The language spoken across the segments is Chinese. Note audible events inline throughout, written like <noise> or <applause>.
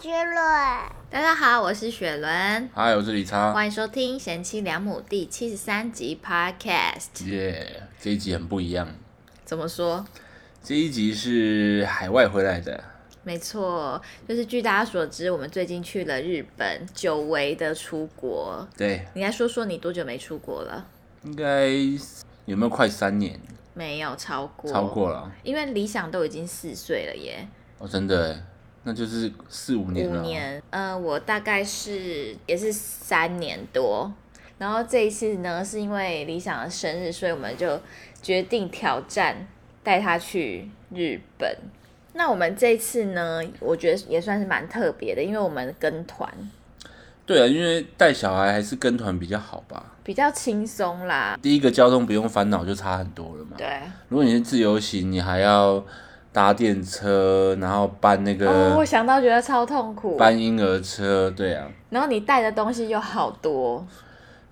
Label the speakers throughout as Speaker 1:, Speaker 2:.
Speaker 1: 居论。
Speaker 2: 大家好，我是雪伦，
Speaker 3: 嗨，我是李叉。
Speaker 2: 欢迎收听《贤妻良母》第七十三集 Podcast。
Speaker 3: 耶这一集很不一样。
Speaker 2: 怎么说？
Speaker 3: 这一集是海外回来的，
Speaker 2: 没错，就是据大家所知，我们最近去了日本，久违的出国。
Speaker 3: 对，
Speaker 2: 你来说说你多久没出国了？
Speaker 3: 应该有没有快三年？
Speaker 2: 没有超过，
Speaker 3: 超，过了
Speaker 2: 因为理想都已经四岁了耶，
Speaker 3: 哦，真的耶，那就是四五年
Speaker 2: 五
Speaker 3: 了。
Speaker 2: 年。呃，我大概是也是三年多。然后这一次呢，是因为理想的生日，所以我们就决定挑战带他去日本。那我们这次呢，我觉得也算是蛮特别的，因为我们跟团
Speaker 3: 对啊，因为带小孩还是跟团比较好吧。
Speaker 2: 比较轻松啦。
Speaker 3: 第一个交通不用烦恼，就差很多了嘛。
Speaker 2: 对，
Speaker 3: 如果你是自由行，你还要搭电车，然后搬那
Speaker 2: 哦，我
Speaker 3: 个
Speaker 2: 想到觉得超痛苦。
Speaker 3: 搬婴儿车，对啊。
Speaker 2: 然后你带的东西又好多，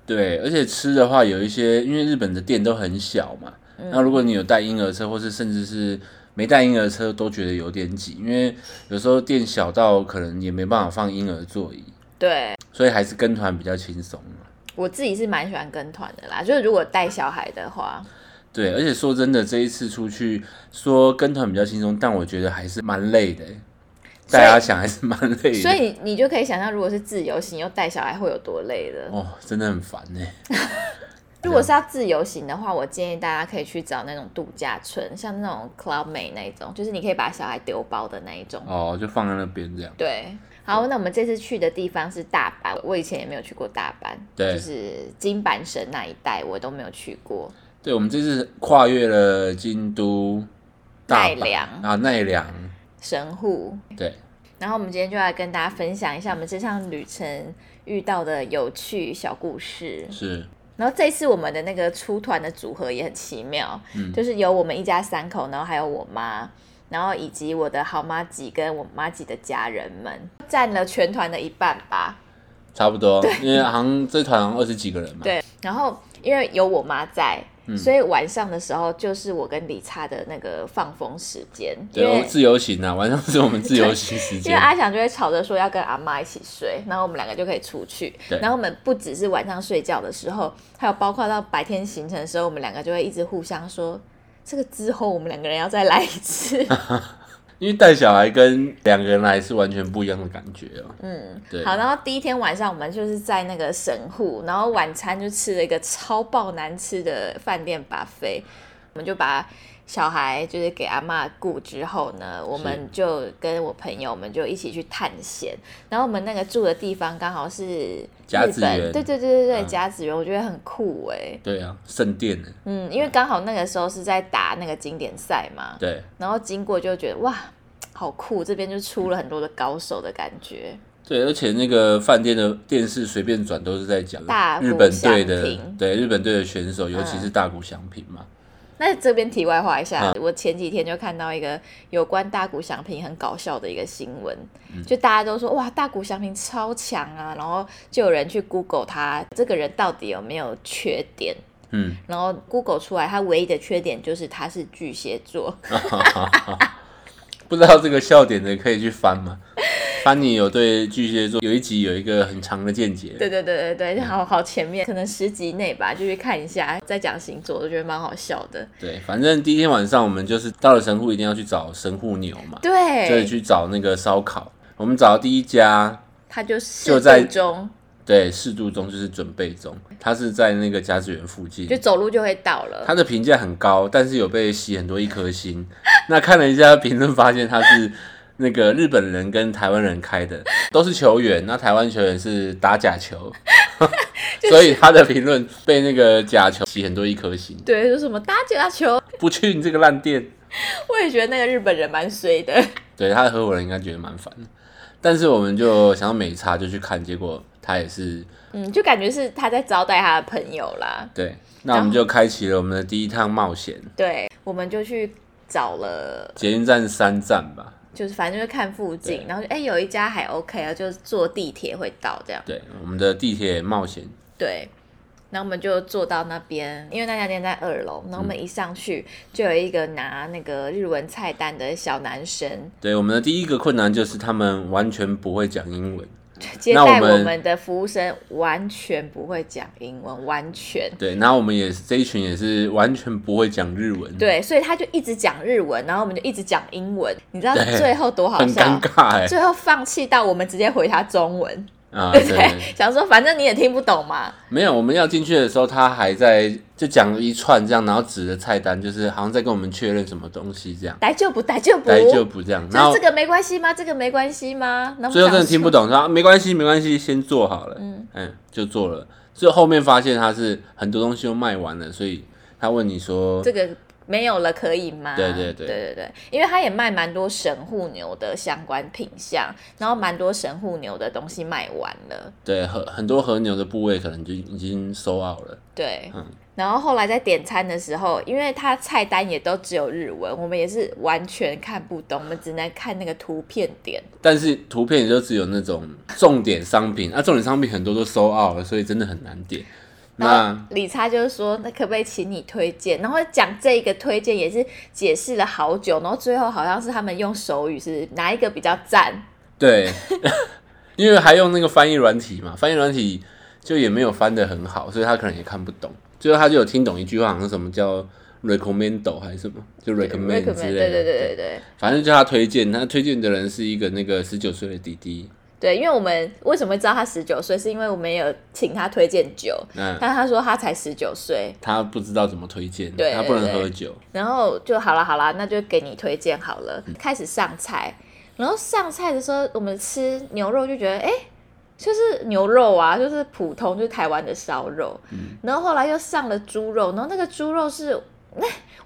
Speaker 3: 对，而且吃的话有一些，因为日本的店都很小嘛，
Speaker 2: 嗯
Speaker 3: 那如果你有带婴儿车，或是甚至是没带婴儿车，都觉得有点挤，因为有时候店小到可能也没办法放婴儿座椅，
Speaker 2: 对，
Speaker 3: 所以还是跟团比较轻松啊
Speaker 2: 我自己是蛮喜欢跟团的啦，就是如果带小孩的话，
Speaker 3: 对，而且说真的，这一次出去说跟团比较轻松，但我觉得还是蛮累的欸，
Speaker 2: 所以
Speaker 3: 大家想还是蛮累的，
Speaker 2: 所以你你就可以想象，如果是自由行又带小孩会有多累了。
Speaker 3: 哦，真的很烦呢。
Speaker 2: 如果是要自由行的话，我建议大家可以去找那种度假村，像那种 Club May 那一种，就是你可以把小孩丢包的那一种。
Speaker 3: 哦，就放在那边这样。
Speaker 2: 对，好，那我们这次去的地方是大阪，我以前也没有去过大阪，
Speaker 3: 对
Speaker 2: 就是金板神那一带我都没有去过。
Speaker 3: 对，我们这次跨越了京都、大
Speaker 2: 奈
Speaker 3: 阪
Speaker 2: 良
Speaker 3: 啊，奈良，
Speaker 2: 神户，
Speaker 3: 对。
Speaker 2: 然后我们今天就来跟大家分享一下我们这趟旅程遇到的有趣小故事。
Speaker 3: 是，
Speaker 2: 然后这次我们的那个出团的组合也很奇妙，
Speaker 3: 嗯
Speaker 2: 就是有我们一家三口，然后还有我妈，然后以及我的好妈吉跟我妈吉的家人们，占了全团的一半吧。
Speaker 3: 差不多，因为好像这团好像二十几个人嘛。，
Speaker 2: 对，然后因为有我妈在，
Speaker 3: 嗯
Speaker 2: 所以晚上的时候就是我跟李差的那个放风时间，因
Speaker 3: 对，我
Speaker 2: 为
Speaker 3: 自由行啊，晚上是我们自由行时
Speaker 2: 因为啊阿
Speaker 3: 间。
Speaker 2: 翔就会吵着说要跟阿妈一起睡，然后我们两个就可以出去。
Speaker 3: 对
Speaker 2: 然后我们不只是晚上睡觉的时候，还有包括到白天行程的时候，我们两个就会一直互相说，这个之后我们两个人要再来一次。
Speaker 3: 因为带小孩跟两个人来是完全不一样的感觉哦、
Speaker 2: 嗯，
Speaker 3: 对，
Speaker 2: 好，然后第一天晚上我们就是在那个神户，然后晚餐就吃了一个超爆难吃的饭店 buffet，我们就把小孩就是给阿妈顾之后呢，我们就跟我朋友们就一起去探险，然后我们那个住的地方刚好是
Speaker 3: 甲
Speaker 2: 日
Speaker 3: 子
Speaker 2: 本，
Speaker 3: 园
Speaker 2: 对对对对对，
Speaker 3: 嗯
Speaker 2: 甲子园，我觉得很酷哎、
Speaker 3: 对啊，圣殿呢？
Speaker 2: 嗯，因为刚好那个时候是在打那个经典赛嘛，
Speaker 3: 对，
Speaker 2: 然后经过就觉得哇。好酷！这边就出了很多的高手的感觉。
Speaker 3: 对，而且那个饭店的电视随便转都是在讲
Speaker 2: 大谷
Speaker 3: 日本队
Speaker 2: 翔
Speaker 3: 的
Speaker 2: 平，
Speaker 3: 对日本队的选手，尤其是大谷翔平嘛。
Speaker 2: 那这边题外话一
Speaker 3: 嗯
Speaker 2: 下，我前几天就看到一个有关大谷翔平很搞笑的一个新闻，
Speaker 3: 嗯
Speaker 2: 就大家都说哇，大谷翔平超强啊，然后就有人去 Google 他这个人到底有没有缺点，
Speaker 3: 嗯，
Speaker 2: 然后 Google 出来他唯一的缺点就是他是巨蟹座，
Speaker 3: 嗯不知道这个笑点的可以去翻吗？ <laughs> 翻你有对巨蟹座有一集有一个很长的见
Speaker 2: <laughs>
Speaker 3: 解。
Speaker 2: 对对对对对，
Speaker 3: 嗯
Speaker 2: 好好前面可能十集内吧，就去看一下，再讲星座，我觉得蛮好笑的。
Speaker 3: 对，反正第一天晚上我们就是到了神户，一定要去找神户牛嘛。所以
Speaker 2: 对，
Speaker 3: 去找那个烧烤。我们找到第一家，
Speaker 2: 他就是
Speaker 3: 就在嗯
Speaker 2: 中
Speaker 3: 对，适度中就是准备中，它是在那个甲子园附近
Speaker 2: 就。走路就会到了，
Speaker 3: 它的评价很高，但是有被洗很多一颗星。那看了一下评论，发现它是那个日本人跟台湾人开的，都是球员。那台湾球员是打假
Speaker 2: <laughs>
Speaker 3: 球，所以他的评论被那个假球洗很多一颗星。
Speaker 2: 对，就什么打假球， <laughs>
Speaker 3: 不去你这个烂店，
Speaker 2: 我也觉得那个日本人蛮衰的。
Speaker 3: 对他的合伙人应该觉得蛮烦的。但是我们就想要美差就去看，结果他也是
Speaker 2: 嗯，就感觉是他在招待他的朋友啦。
Speaker 3: 对，那我们就开启了我们的第一趟冒险，
Speaker 2: 对，我们就去找了，
Speaker 3: 捷运站三站吧。
Speaker 2: 就是反正就是看附近，
Speaker 3: 对
Speaker 2: 然后就哎、有一家还 OK 啊，就是坐地铁会到这样。
Speaker 3: 对，我们的地铁冒险，
Speaker 2: 对，然后我们就坐到那边，因为那家店在二楼，然后
Speaker 3: 嗯
Speaker 2: 我们一上去就有一个拿那个日文菜单的小男生，
Speaker 3: 对，我们的第一个困难就是他们完全不会讲英文。
Speaker 2: 接
Speaker 3: 那我
Speaker 2: 待我
Speaker 3: 们
Speaker 2: 们的服务生完全不会讲英文，完全。
Speaker 3: 对，然后我们也是这一群也是完全不会讲日文，，
Speaker 2: 对，所以他就一直讲日文，然后我们就一直讲英文，你知道
Speaker 3: 对
Speaker 2: 最后多好
Speaker 3: 很
Speaker 2: 笑
Speaker 3: 尴？尬哎、
Speaker 2: 最后放弃到我们直接回他中文，
Speaker 3: 啊，
Speaker 2: 对不 <laughs> 对？想说反正你也听不懂嘛，
Speaker 3: 没有，我们要进去的时候，他还在就讲了一串这样，然后指着菜单，就是好像在跟我们确认什么东西这样，
Speaker 2: 逮就不逮就不，
Speaker 3: 来就不这样，然
Speaker 2: 哦就
Speaker 3: 后
Speaker 2: 是这个没关系吗？这个没关系吗？然后我们
Speaker 3: 最后真的
Speaker 2: 哦想
Speaker 3: 听
Speaker 2: 说，
Speaker 3: 不懂，说啊没关系，没关系，先做好了，嗯就做了。最后面发现他是很多东西都卖完了，所以他问你说，
Speaker 2: 这个没有了可以吗？
Speaker 3: 对对
Speaker 2: 对
Speaker 3: 对
Speaker 2: 对对，因为他也卖蛮多神户牛的相关品相，然后蛮多神户牛的东西卖完了。
Speaker 3: 对，很很多和牛的部位可能就已经收好了，
Speaker 2: 对，
Speaker 3: 嗯
Speaker 2: 然后后来在点餐的时候，因为它菜单也都只有日文，我们也是完全看不懂，我们只能看那个图片点。
Speaker 3: 但是图片也就只有那种重点商品，啊，重点商品很多都收 out 了，所以真的很难点。
Speaker 2: 然后
Speaker 3: 那
Speaker 2: 理查就是说，那可不可以请你推荐？然后讲这个推荐也是解释了好久，然后最后好像是他们用手语是哪一个比较赞？
Speaker 3: 对， <laughs> 因为还用那个翻译软体嘛，翻译软体就也没有翻得很好，所以他可能也看不懂。最后他就有听懂一句话，好像什么叫 recommendo 还是什么，就 recommend
Speaker 2: 对
Speaker 3: 之类的。
Speaker 2: 对对对对
Speaker 3: 反正就他推荐，他推荐的人是一个那个十九岁的弟弟。
Speaker 2: 对，因为我们为什么会知道他十九岁，是因为我们有请他推荐酒，
Speaker 3: 那
Speaker 2: 但他说他才十九岁，
Speaker 3: 他不知道怎么推荐，
Speaker 2: 对
Speaker 3: 他不能
Speaker 2: 对
Speaker 3: 喝酒。
Speaker 2: 然后就好了，好了，那就给你推荐好了。
Speaker 3: 嗯
Speaker 2: 开始上菜，然后上菜的时候，我们吃牛肉就觉得，哎，就是牛肉啊，就是普通，就是台湾的烧肉。
Speaker 3: 嗯
Speaker 2: 然后后来又上了猪肉，然后那个猪肉是，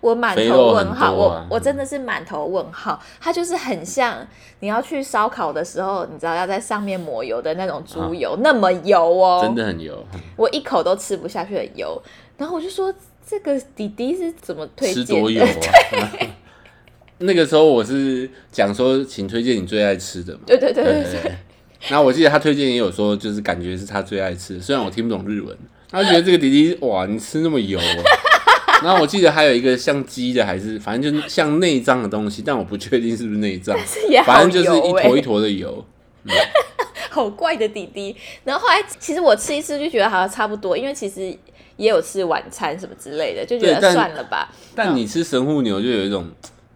Speaker 2: 我满
Speaker 3: 肥
Speaker 2: 头
Speaker 3: 肉
Speaker 2: 问号，
Speaker 3: 很多啊
Speaker 2: 我我真的是满头问号。它就是很像你要去烧烤的时候，你知道要在上面抹油的那种猪油，那么油哦，
Speaker 3: 啊真的很油，
Speaker 2: 我一口都吃不下去的油。然后我就说，这个弟弟是怎么推
Speaker 3: 吃
Speaker 2: 荐
Speaker 3: 多
Speaker 2: 的
Speaker 3: 油啊！ <laughs> 那个时候我是讲说，请推荐你最爱吃的嘛。
Speaker 2: <laughs> 对对对对对，
Speaker 3: 对。 <laughs> 那我记得他推荐也有说，就是感觉是他最爱吃的，虽然我听不懂日文，他觉得这个弟弟哇，你吃那么油、啊。 <laughs> 然后我记得还有一个像鸡的，还是反正就是像内脏的东西，但我不确定是不是
Speaker 2: <laughs>
Speaker 3: 内脏，
Speaker 2: 也
Speaker 3: 反
Speaker 2: 好
Speaker 3: 正就是一
Speaker 2: 油哎、
Speaker 3: 坨一坨
Speaker 2: <laughs>
Speaker 3: 的油。
Speaker 2: 好怪的弟弟。然后后来其实我吃一吃就觉得好像差不多，因为其实也有吃晚餐什么之类的，就觉
Speaker 3: 对
Speaker 2: 得
Speaker 3: 但
Speaker 2: 算了吧，
Speaker 3: 但你吃神户牛就有一种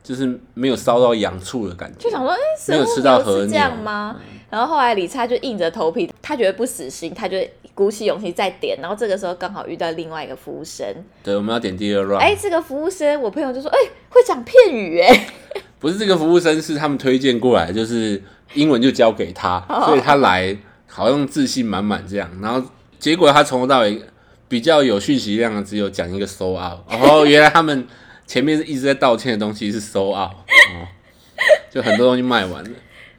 Speaker 3: 就是没有烧到洋醋的感觉
Speaker 2: 就，想说，哎、
Speaker 3: 没有
Speaker 2: 神户
Speaker 3: 吃到
Speaker 2: 牛
Speaker 3: 和
Speaker 2: 是这
Speaker 3: 牛嗯
Speaker 2: 样吗？然后后来李灿就硬着头皮，他觉得不死心，他就鼓起勇气再点。然后这个时候刚好遇到另外一个服务生，
Speaker 3: 对，我们要点第二 round。
Speaker 2: 哎、这个服务生我朋友就说，哎、会讲片语哎、
Speaker 3: 不是这个服务生是他们推荐过来，就是英文就交给他，
Speaker 2: 哦
Speaker 3: 所以他来好像自信满满这样，然后结果他从头到尾比较有讯息量的只有讲一个 so out，哦，原来他们前面一直在道歉的东西是 so out，哦，就很多东西卖完了，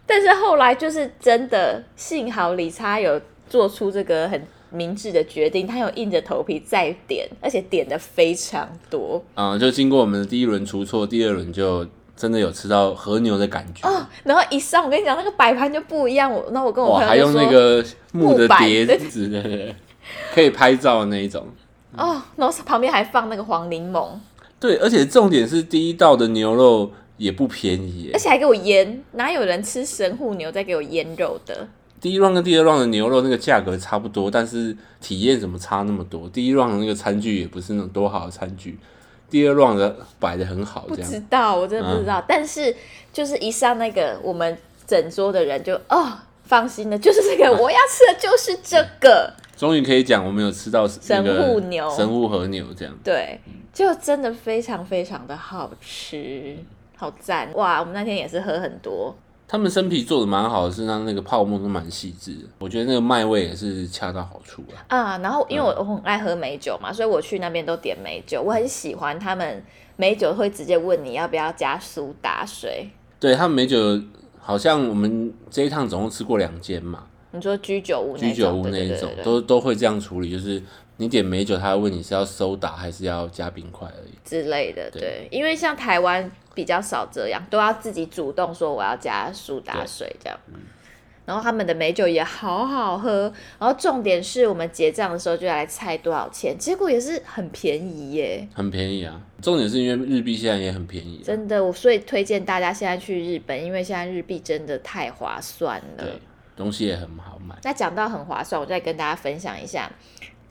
Speaker 2: 但是后来就是真的，幸好李查有做出这个很明智的决定，他有硬着头皮再点，而且点的非常多
Speaker 3: 啊、就经过我们的第一轮出错，第二轮就真的有吃到和牛的感觉，
Speaker 2: 哦。然后一上，我跟你讲，那个摆盘就不一样。我那我跟我
Speaker 3: 哇，
Speaker 2: 朋
Speaker 3: 还
Speaker 2: 友就
Speaker 3: 用
Speaker 2: 说，
Speaker 3: 那个木的
Speaker 2: 木板
Speaker 3: 碟子，对对对，可以拍照的那一种。
Speaker 2: 哦，然后旁边还放那个黄柠檬，
Speaker 3: 对，而且重点是第一道的牛肉也不便宜耶
Speaker 2: 而。且还给我腌，哪有人吃神户牛再给我腌肉的？
Speaker 3: 第一 round 跟第二 round 的牛肉那个价格差不多，但是体验怎么差那么多？第一 round 的那个餐具也不是那种多好的餐具，第二 round 的摆的很好，
Speaker 2: 不
Speaker 3: 这样
Speaker 2: 知道，我真的不知道。
Speaker 3: 嗯
Speaker 2: 但是就是一上那个，我们整桌的人就哦。放心了，就是这个，
Speaker 3: 嗯
Speaker 2: 我要吃的就是这个。
Speaker 3: 终于可以讲我们有吃到那个
Speaker 2: 神户牛
Speaker 3: 神户和牛这样。
Speaker 2: 对，就真的非常非常的好吃，好赞哇！我们那天也是喝很多，
Speaker 3: 他们生皮做的蛮好的，是让那个泡沫都蛮细致的，我觉得那个麦味也是恰到好处啊。
Speaker 2: 啊，然后因为我我很爱喝美酒嘛，所以我去那边都点美酒，我很喜欢他们美酒会直接问你要不要加苏打水。
Speaker 3: 对他们美酒，好像我们这一趟总共吃过两间嘛，
Speaker 2: 你说居酒屋那
Speaker 3: 居酒屋
Speaker 2: 对
Speaker 3: 那
Speaker 2: 对
Speaker 3: 一
Speaker 2: 对
Speaker 3: 种
Speaker 2: 对，对
Speaker 3: 都都会这样处理，就是你点美酒，他会问你是要收打还是要加冰块而已。
Speaker 2: 之类的，
Speaker 3: 对
Speaker 2: 对，因为像台湾比较少这样，都要自己主动说我要加苏打水这样。然后他们的美酒也好好喝，然后重点是我们结账的时候就来猜多少钱，结果也是很便宜耶，
Speaker 3: 很便宜啊。重点是因为日币现在也很便宜、啊，
Speaker 2: 真的，我所以推荐大家现在去日本，因为现在日币真的太划算了
Speaker 3: 对。，东西也很好买。
Speaker 2: 那讲到很划算，我再跟大家分享一下。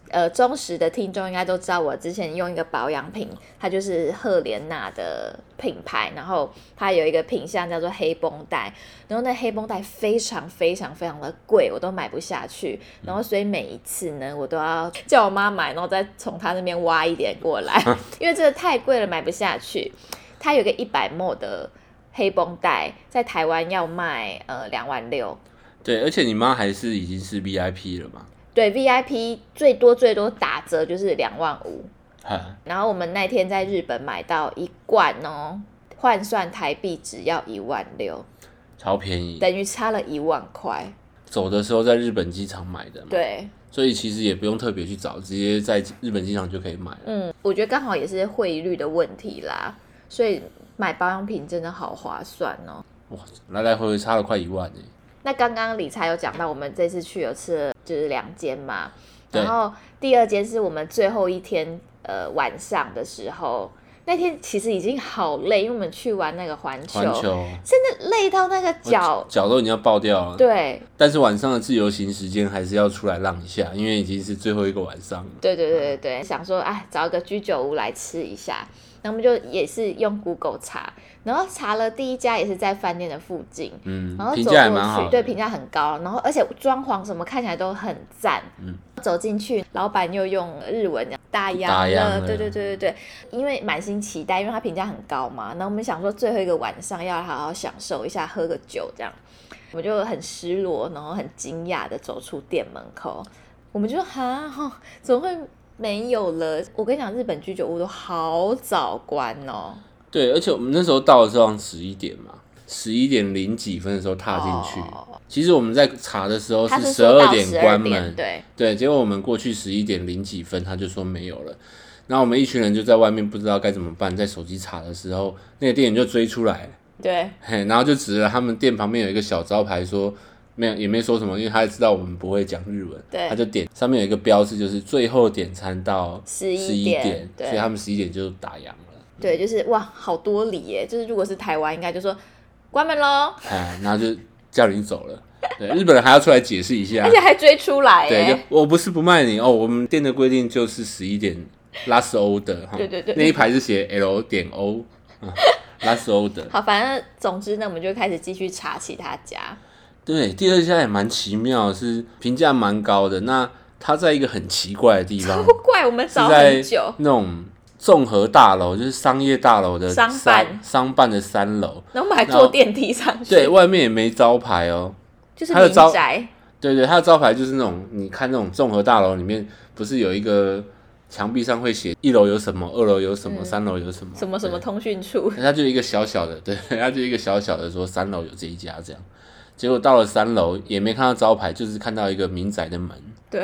Speaker 2: 呃，忠实的听众应该都知道，我之前用一个保养品，它就是赫莲娜的品牌，然后它有一个品相叫做黑绷带，然后那黑绷带非常非常非常的贵，我都买不下去，然后所以每一次呢，我都要叫我妈买，然后再从她那边挖一点过来，因为这个太贵了，买不下去。它有个一百墨的黑绷带，在台湾要卖呃两万六，
Speaker 3: 对，而且你妈还是已经是 VIP 了嘛，
Speaker 2: 对 VIP 最多最多打折就是两万五，
Speaker 3: 哈，
Speaker 2: 然后我们那天在日本买到一罐哦，换算台币只要一万六，
Speaker 3: 超便宜。
Speaker 2: 等于差了一万块。
Speaker 3: 走的时候在日本机场买的嘛，，
Speaker 2: 对，
Speaker 3: 所以其实也不用特别去找，直接在日本机场就可以买了。
Speaker 2: 嗯，我觉得刚好也是汇率的问题啦，所以买保养品真的好划算哦。
Speaker 3: 哇，来来回回差了快一万欸呢。
Speaker 2: 那刚刚理财有讲到，我们这次去有吃了就是两间嘛，
Speaker 3: 对
Speaker 2: 然后第二间是我们最后一天呃晚上的时候，那天其实已经好累，因为我们去玩那个环球，
Speaker 3: 环球
Speaker 2: 真的累到那个脚，
Speaker 3: 脚都已经要爆掉了，
Speaker 2: 对
Speaker 3: 但是晚上的自由行时间还是要出来浪一下，因为已经是最后一个晚上了。
Speaker 2: 对对对对对，想说哎找一个居酒屋来吃一下，那我们就也是用 Google 查，然后查了第一家也是在饭店的附近，
Speaker 3: 嗯
Speaker 2: 然后，
Speaker 3: 评
Speaker 2: 走
Speaker 3: 价也
Speaker 2: 过
Speaker 3: 蛮好
Speaker 2: 去，
Speaker 3: 的，
Speaker 2: 对，评价很高，然后而且装潢什么看起来都很赞。
Speaker 3: 嗯
Speaker 2: 走进去，老板又用日文讲大
Speaker 3: 大
Speaker 2: 洋
Speaker 3: 洋
Speaker 2: 了，
Speaker 3: 了
Speaker 2: 对对对对对，因为满心期待，因为他评价很高嘛，那我们想说最后一个晚上要好好享受一下，喝个酒这样，我们就很失落，然后很惊讶的走出店门口，我们就说哈、哦，怎么会没有了？我跟你讲，日本居酒屋都好早关哦，
Speaker 3: 对，而且我们那时候到的时候好像十一点嘛，十一点零几分的时候踏进去。
Speaker 2: 哦
Speaker 3: 其实我们在查的时候
Speaker 2: 他
Speaker 3: 是
Speaker 2: 是
Speaker 3: 十
Speaker 2: 说
Speaker 3: 二
Speaker 2: 到
Speaker 3: 点
Speaker 2: 十二
Speaker 3: 关
Speaker 2: 点，
Speaker 3: 门，
Speaker 2: 对，
Speaker 3: 对，结果我们过去十一点零几分，他就说没有了。然后我们一群人就在外面不知道该怎么办，在手机查的时候，那个店员就追出来，
Speaker 2: 对，
Speaker 3: 嘿，然后就指着他们店旁边有一个小招牌说，没有也没说什么，因为他也知道我们不会讲日文，
Speaker 2: 对
Speaker 3: 他就点上面有一个标志，就是最后点餐到
Speaker 2: 11
Speaker 3: 一
Speaker 2: 点
Speaker 3: 点，
Speaker 2: 对
Speaker 3: 所以他们十一点就打烊了，
Speaker 2: 对，就是哇，好多里耶！就是如果是台湾，应该就说关门喽，
Speaker 3: 哎，然后就叫你走了。对，日本人还要出来解释一下
Speaker 2: 而，且还哎追出来
Speaker 3: 对，就
Speaker 2: 耶。
Speaker 3: 我不是不卖你哦，我们店的规定就是十一点 last order 哈，
Speaker 2: 对对对
Speaker 3: 那一排是写 L 点 O 嗯 last order。
Speaker 2: 好，反正总之呢，我们就开始继续查其他家。
Speaker 3: 对，第二家也蛮奇妙的，是评价蛮高的。那它在一个很奇怪的地方，
Speaker 2: 不怪我们
Speaker 3: 是
Speaker 2: <laughs> 找
Speaker 3: 在
Speaker 2: 很久，
Speaker 3: 那种综合大楼，就是商业大楼的
Speaker 2: 商
Speaker 3: 三
Speaker 2: 办
Speaker 3: 商办的三楼，
Speaker 2: 然后我们还
Speaker 3: 然
Speaker 2: 坐
Speaker 3: 后
Speaker 2: 电梯上去，
Speaker 3: 对，外面也没招牌哦。
Speaker 2: 就是
Speaker 3: 它的
Speaker 2: 民
Speaker 3: 招
Speaker 2: 宅，
Speaker 3: 对对，它的招牌就是那种，你看那种综合大楼里面，不是有一个墙壁上会写一楼有什么，二楼有什么，
Speaker 2: 嗯
Speaker 3: 三楼有什么，
Speaker 2: 什么什么
Speaker 3: 对。
Speaker 2: 通讯处，
Speaker 3: 那它就一个小小的， <laughs> 对，它就一个小小的说三楼有这一家这样，结果到了三楼也没看到招牌，就是看到一个民宅的门，
Speaker 2: 对，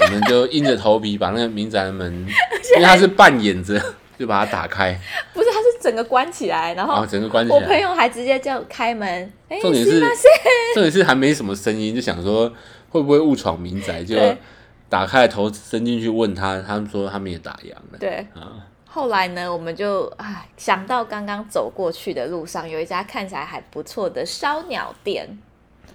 Speaker 3: 我们就硬着头皮把那个民宅的
Speaker 2: <laughs>
Speaker 3: 门，因为它是半掩着，就把它打开，
Speaker 2: 不是，它是整个关起来，然
Speaker 3: 然
Speaker 2: 后
Speaker 3: 后整个哦关起
Speaker 2: 我朋
Speaker 3: 来。
Speaker 2: 友还直接叫开门，哎，
Speaker 3: 重点
Speaker 2: す
Speaker 3: 是
Speaker 2: いません
Speaker 3: <laughs> 重点是还没什么声音，就想说会不会误闯民宅，就
Speaker 2: 对
Speaker 3: 打开头伸进去问他，他们说他们也打烊了。
Speaker 2: 对。
Speaker 3: 啊，
Speaker 2: 后来呢，我们就唉想到刚刚走过去的路上有一家看起来还不错的烧鸟店，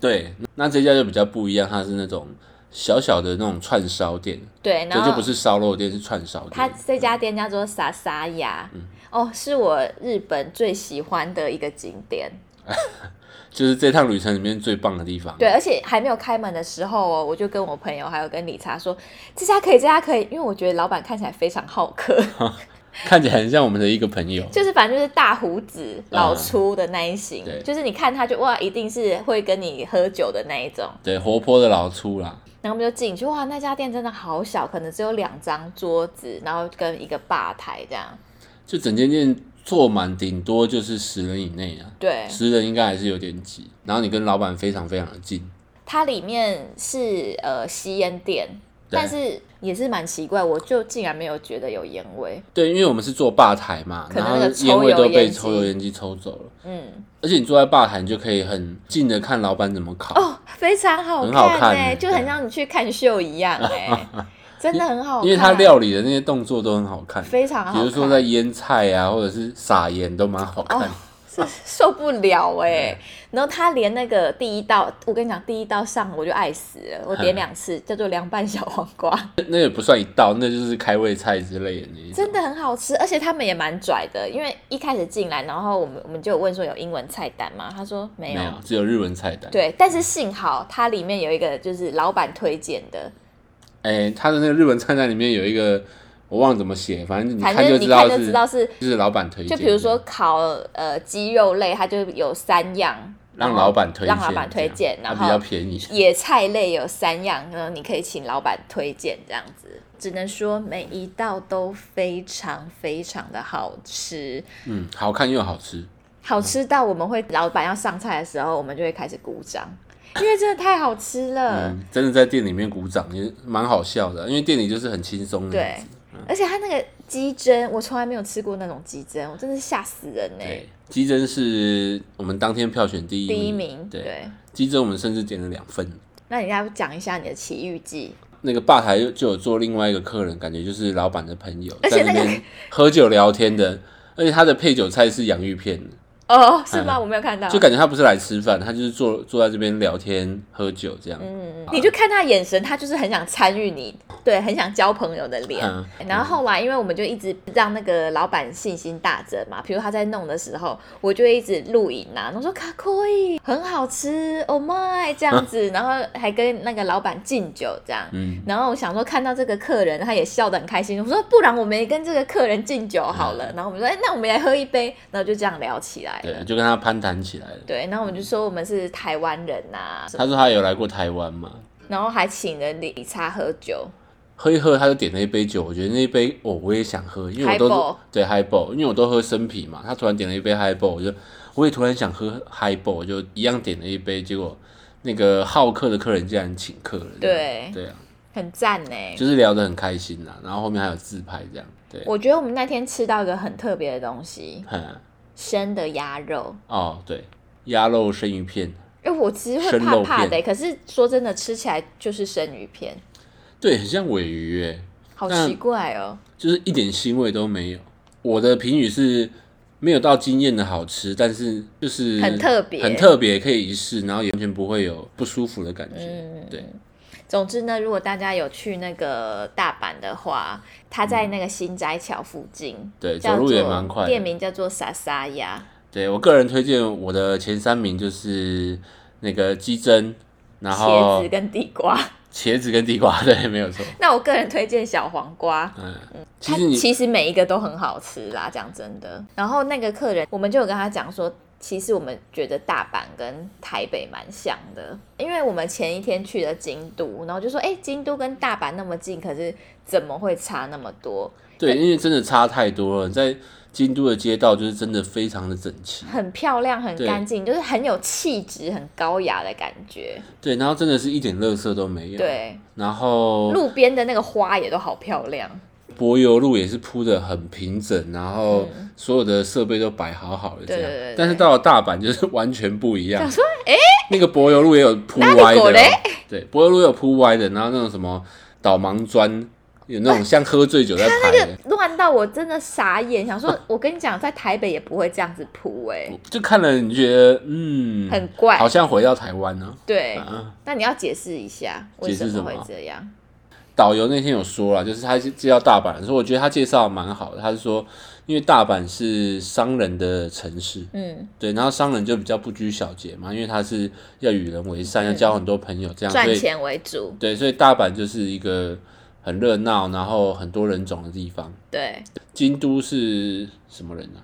Speaker 3: 对，那这家就比较不一样，它是那种小小的那种串烧店，
Speaker 2: 对，然
Speaker 3: 对，
Speaker 2: 后
Speaker 3: 就不是烧肉店，是串烧
Speaker 2: 它
Speaker 3: 店。
Speaker 2: 这家店叫做萨萨雅，
Speaker 3: 嗯
Speaker 2: 哦，是我日本最喜欢的一个景点。
Speaker 3: 嗯就是这趟旅程里面最棒的地方。
Speaker 2: 对，，而且还没有开门的时候哦，我就跟我朋友还有跟理查说，这家可以，这家可以，因为我觉得老板看起来非常好客，
Speaker 3: <laughs> 看起来很像我们的一个朋友。
Speaker 2: 就是反正就是大胡子、老
Speaker 3: 嗯
Speaker 2: 粗的那一型，
Speaker 3: 对
Speaker 2: 就是你看他就哇，一定是会跟你喝酒的那一种。
Speaker 3: 对，活泼的老粗啦，
Speaker 2: 然后我们就进去，哇，那家店真的好小，可能只有两张桌子，然后跟一个吧台这样。
Speaker 3: 就整间店坐满，顶多就是十人以内啊，
Speaker 2: 对，
Speaker 3: 十人应该还是有点挤。然后你跟老板非常非常的近，
Speaker 2: 它里面是呃吸烟店，但是也是蛮奇怪，我就竟然没有觉得有烟味。
Speaker 3: 对，因为我们是坐吧台嘛，
Speaker 2: 可
Speaker 3: 然
Speaker 2: 能
Speaker 3: 后
Speaker 2: 那个抽
Speaker 3: 烟味
Speaker 2: 油
Speaker 3: 都被
Speaker 2: 烟
Speaker 3: 抽
Speaker 2: 机
Speaker 3: 油烟机抽走了，
Speaker 2: 嗯，
Speaker 3: 而且你坐在吧台，你就可以很近的看老板怎么烤，
Speaker 2: 哦，非常好
Speaker 3: 很好
Speaker 2: 看
Speaker 3: 看
Speaker 2: 哎、
Speaker 3: 欸
Speaker 2: 就很像你去看秀一样哎、
Speaker 3: <laughs>
Speaker 2: 真的很好看，
Speaker 3: 因为它料理的那些动作都很好看，
Speaker 2: 非常好
Speaker 3: 比
Speaker 2: 看，
Speaker 3: 如说在腌菜啊，或者是撒盐都蛮好看的。
Speaker 2: 哦是受不了哎、然后他连那个第一道，我跟你讲，第一道上我就爱死了，我点两次，叫做凉拌小黄瓜，
Speaker 3: 那也不算一道，那就是开胃菜之类的那一种。
Speaker 2: 真的很好吃，而且他们也蛮拽的，因为一开始进来，然后我们我们就有问说有英文菜单吗？他说没有，
Speaker 3: 没有，只有日文菜单。，
Speaker 2: 对，但是幸好它里面有一个就是老板推荐的，
Speaker 3: 哎、它的那个日文菜单里面有一个，我忘了怎么写，反正你
Speaker 2: 反
Speaker 3: 看
Speaker 2: 正
Speaker 3: 就
Speaker 2: 你
Speaker 3: 知道，
Speaker 2: 看就是知道是，
Speaker 3: 就是老板推
Speaker 2: 就
Speaker 3: 荐的。
Speaker 2: 比如说烤呃鸡肉类，它就有三样，
Speaker 3: 让
Speaker 2: 然后
Speaker 3: 老板推荐，
Speaker 2: 让老板推荐，
Speaker 3: 这样
Speaker 2: 然
Speaker 3: 啊它比较
Speaker 2: 后
Speaker 3: 便宜。
Speaker 2: 野菜类有三样，然后你可以请老板推荐这样子。只能说每一道都非常非常的好吃，
Speaker 3: 嗯，好看又好吃。
Speaker 2: 好吃到我们会老板要上菜的时候，我们就会开始鼓掌，因为真的太好吃了。
Speaker 3: 嗯，真的在店里面鼓掌也蛮好笑的，啊因为店里就是很轻松的样
Speaker 2: 对
Speaker 3: 子。，嗯
Speaker 2: 而且它那个鸡胗，我从来没有吃过那种鸡胗，我真的是吓死人呢、
Speaker 3: 对，鸡胗是我们当天票选第一
Speaker 2: 第一名，对。
Speaker 3: 对，鸡胗我们甚至点了两份。
Speaker 2: 那你要讲一下你的奇遇记，
Speaker 3: 那个吧台就就有做另外一个客人，感觉就是老板的朋友，
Speaker 2: 而且那
Speaker 3: 在那
Speaker 2: 个
Speaker 3: 边喝酒聊天的，而且他的配酒菜是洋芋片，
Speaker 2: 哦，是吗？
Speaker 3: 嗯
Speaker 2: 我没有看到，
Speaker 3: 就感觉他不是来吃饭，他就是坐坐在这边聊天喝酒这样。
Speaker 2: 嗯你就看他眼神，他就是很想参与你，对，很想交朋友的脸。
Speaker 3: 嗯
Speaker 2: 然后后来，因为我们就一直让那个老板信心大增嘛，比如他在弄的时候，我就会一直录影啊，然后说卡酷伊很好吃，Oh my 这样
Speaker 3: <laughs>
Speaker 2: 子，然后还跟那个老板敬酒这样。
Speaker 3: 嗯，
Speaker 2: 然后我想说，看到这个客人，他也笑得很开心。我说，不然我们也跟这个客人敬酒好
Speaker 3: 嗯
Speaker 2: 了。然后我们说，哎，那我们来喝一杯。然后就这样聊起来
Speaker 3: 对，
Speaker 2: 了。
Speaker 3: 就跟他攀谈起来了。
Speaker 2: 对，然后我们就说我们是台湾人呐、
Speaker 3: 他说他有来过台湾嘛，
Speaker 2: 然后还请了理查喝酒。
Speaker 3: 喝一喝他就点了一杯酒，我觉得那一杯哦我也想喝，因为我都
Speaker 2: Highball
Speaker 3: 对 high ball，因为我都喝生啤嘛，他突然点了一杯 high ball，我就我也突然想喝 high ball，我就一样点了一杯，结果那个好客的客人竟然请客了，
Speaker 2: 对
Speaker 3: 对啊，
Speaker 2: 很赞呢、
Speaker 3: 就是聊得很开心啦，然后后面还有自拍这样，对，
Speaker 2: 我觉得我们那天吃到一个很特别的东西，
Speaker 3: 嗯，
Speaker 2: 生的鸭肉。
Speaker 3: 哦对，鸭肉生鱼片，
Speaker 2: 哎，我其实会
Speaker 3: 生
Speaker 2: 怕
Speaker 3: 肉
Speaker 2: 怕的、欸
Speaker 3: 片
Speaker 2: 可是说真的，吃起来就是生鱼片，
Speaker 3: 对，很像尾鱼耶，
Speaker 2: 好
Speaker 3: 那
Speaker 2: 奇怪哦。
Speaker 3: 就是一点腥味都没有。我的评语是没有到惊艳的好吃，但是就是
Speaker 2: 很特别
Speaker 3: 很特别，可以一试，然后也完全不会有不舒服的感觉。
Speaker 2: 嗯
Speaker 3: 对，
Speaker 2: 总之呢，如果大家有去那个大阪的话，它在那个新斋桥附近，
Speaker 3: 对
Speaker 2: 叫
Speaker 3: 嗯走路也
Speaker 2: 做
Speaker 3: 蛮快的
Speaker 2: 店名叫做莎莎鸭，
Speaker 3: 对我个人推荐我的前三名就是那个鸡胗，然
Speaker 2: 茄
Speaker 3: 后
Speaker 2: 子跟地瓜。 <laughs>
Speaker 3: 茄子跟地瓜， <laughs> 对，没有错。
Speaker 2: 那我个人推荐小黄瓜，
Speaker 3: 嗯，其
Speaker 2: 它
Speaker 3: 实你
Speaker 2: 其实每一个都很好吃啦，讲真的。然后那个客人，我们就有跟他讲说，其实我们觉得大阪跟台北蛮像的，因为我们前一天去了京都，然后就说，哎、京都跟大阪那么近，可是怎么会差那么多？
Speaker 3: 对，因为真的差太多了，在京都的街道就是真的非常的整齐，
Speaker 2: 很漂亮，很
Speaker 3: 对
Speaker 2: 干净，就是很有气质、很高雅的感觉。
Speaker 3: 对，然后真的是一点垃圾都没有，，
Speaker 2: 对，
Speaker 3: 然后
Speaker 2: 路边的那个花也都好漂亮。
Speaker 3: 柏油路也是铺的很平整，然后所有的设备都摆好好的这
Speaker 2: 嗯
Speaker 3: 样。
Speaker 2: 对对对对
Speaker 3: 但是到了大阪就是完全不一样。想说，哎、那个柏油路也有铺
Speaker 2: 哪
Speaker 3: 歪
Speaker 2: 里狗
Speaker 3: 的
Speaker 2: 嘞
Speaker 3: 哦，对，柏油路有铺歪的，然后那种什么导盲砖，有那种像喝醉酒在排的，
Speaker 2: 乱到我真的傻眼，想
Speaker 3: <laughs>
Speaker 2: 说，我跟你讲，在台北也不会这样子铺哎、
Speaker 3: 就看了你觉得嗯，
Speaker 2: 很怪
Speaker 3: 好像回到台湾呢、
Speaker 2: 对，
Speaker 3: 啊。
Speaker 2: 那你要解释一下为
Speaker 3: 解释
Speaker 2: 什么
Speaker 3: 什么
Speaker 2: 会这样？
Speaker 3: 导游那天有说了，就是他介绍大阪的时候，我觉得他介绍得蛮好的。他是说，因为大阪是商人的城市，
Speaker 2: 嗯，
Speaker 3: 对，然后商人就比较不拘小节嘛，因为他是要与人为善，要交很多朋友，这样，所
Speaker 2: 赚
Speaker 3: 以
Speaker 2: 钱为主，
Speaker 3: 对，所以大阪就是一个很热闹，然后很多人种的地方。
Speaker 2: 对，
Speaker 3: 京都是什么人啊？